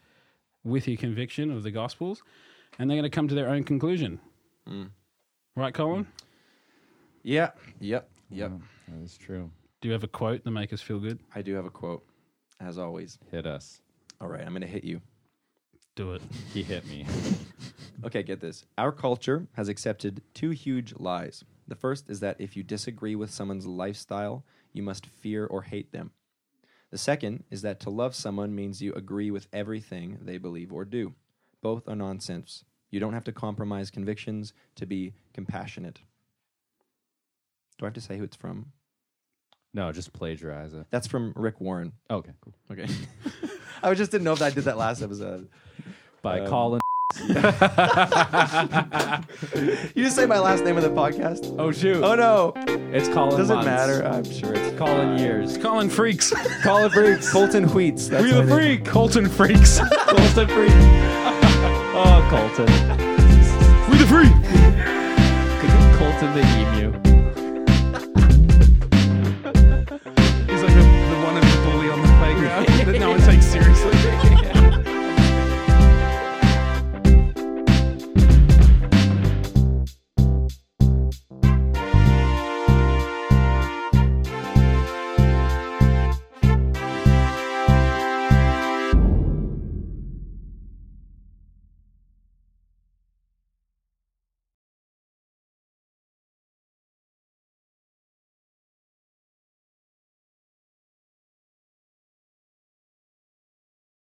Speaker 3: with your conviction of the gospels, and they're gonna come to their own conclusion. Right, Colin?
Speaker 1: Yeah. Yep.
Speaker 2: Hmm.
Speaker 1: Yep.
Speaker 2: Oh, That is true.
Speaker 3: Do you have a quote to make us feel good?
Speaker 1: I do have a quote, as always.
Speaker 2: Hit us.
Speaker 1: All right, I'm going to hit you.
Speaker 3: Do it.
Speaker 2: He hit me.
Speaker 1: Okay, get this. Our culture has accepted two huge lies. The first is that if you disagree with someone's lifestyle, you must fear or hate them. The second is that to love someone means you agree with everything they believe or do. Both are nonsense. You don't have to compromise convictions to be compassionate. Do I have to say who it's from?
Speaker 2: no, just plagiarize it.
Speaker 1: That's from Rick Warren.
Speaker 2: Okay, cool.
Speaker 1: Okay. I just didn't know if I did that last episode.
Speaker 2: By
Speaker 1: Um,
Speaker 2: Colin.
Speaker 1: You just say my last name of the podcast?
Speaker 2: Oh shoot!
Speaker 1: Oh no.
Speaker 2: It's Colin.
Speaker 1: Doesn't
Speaker 2: Munns.
Speaker 1: matter. I'm sure it's
Speaker 2: Colin years.
Speaker 3: Colin freaks.
Speaker 1: Colin Freaks. Colton Wheats. That's
Speaker 2: We the
Speaker 1: my name.
Speaker 2: freak.
Speaker 3: Colton freaks.
Speaker 2: Colton freak. oh, Colton.
Speaker 3: we the freak.
Speaker 2: Colton the emu.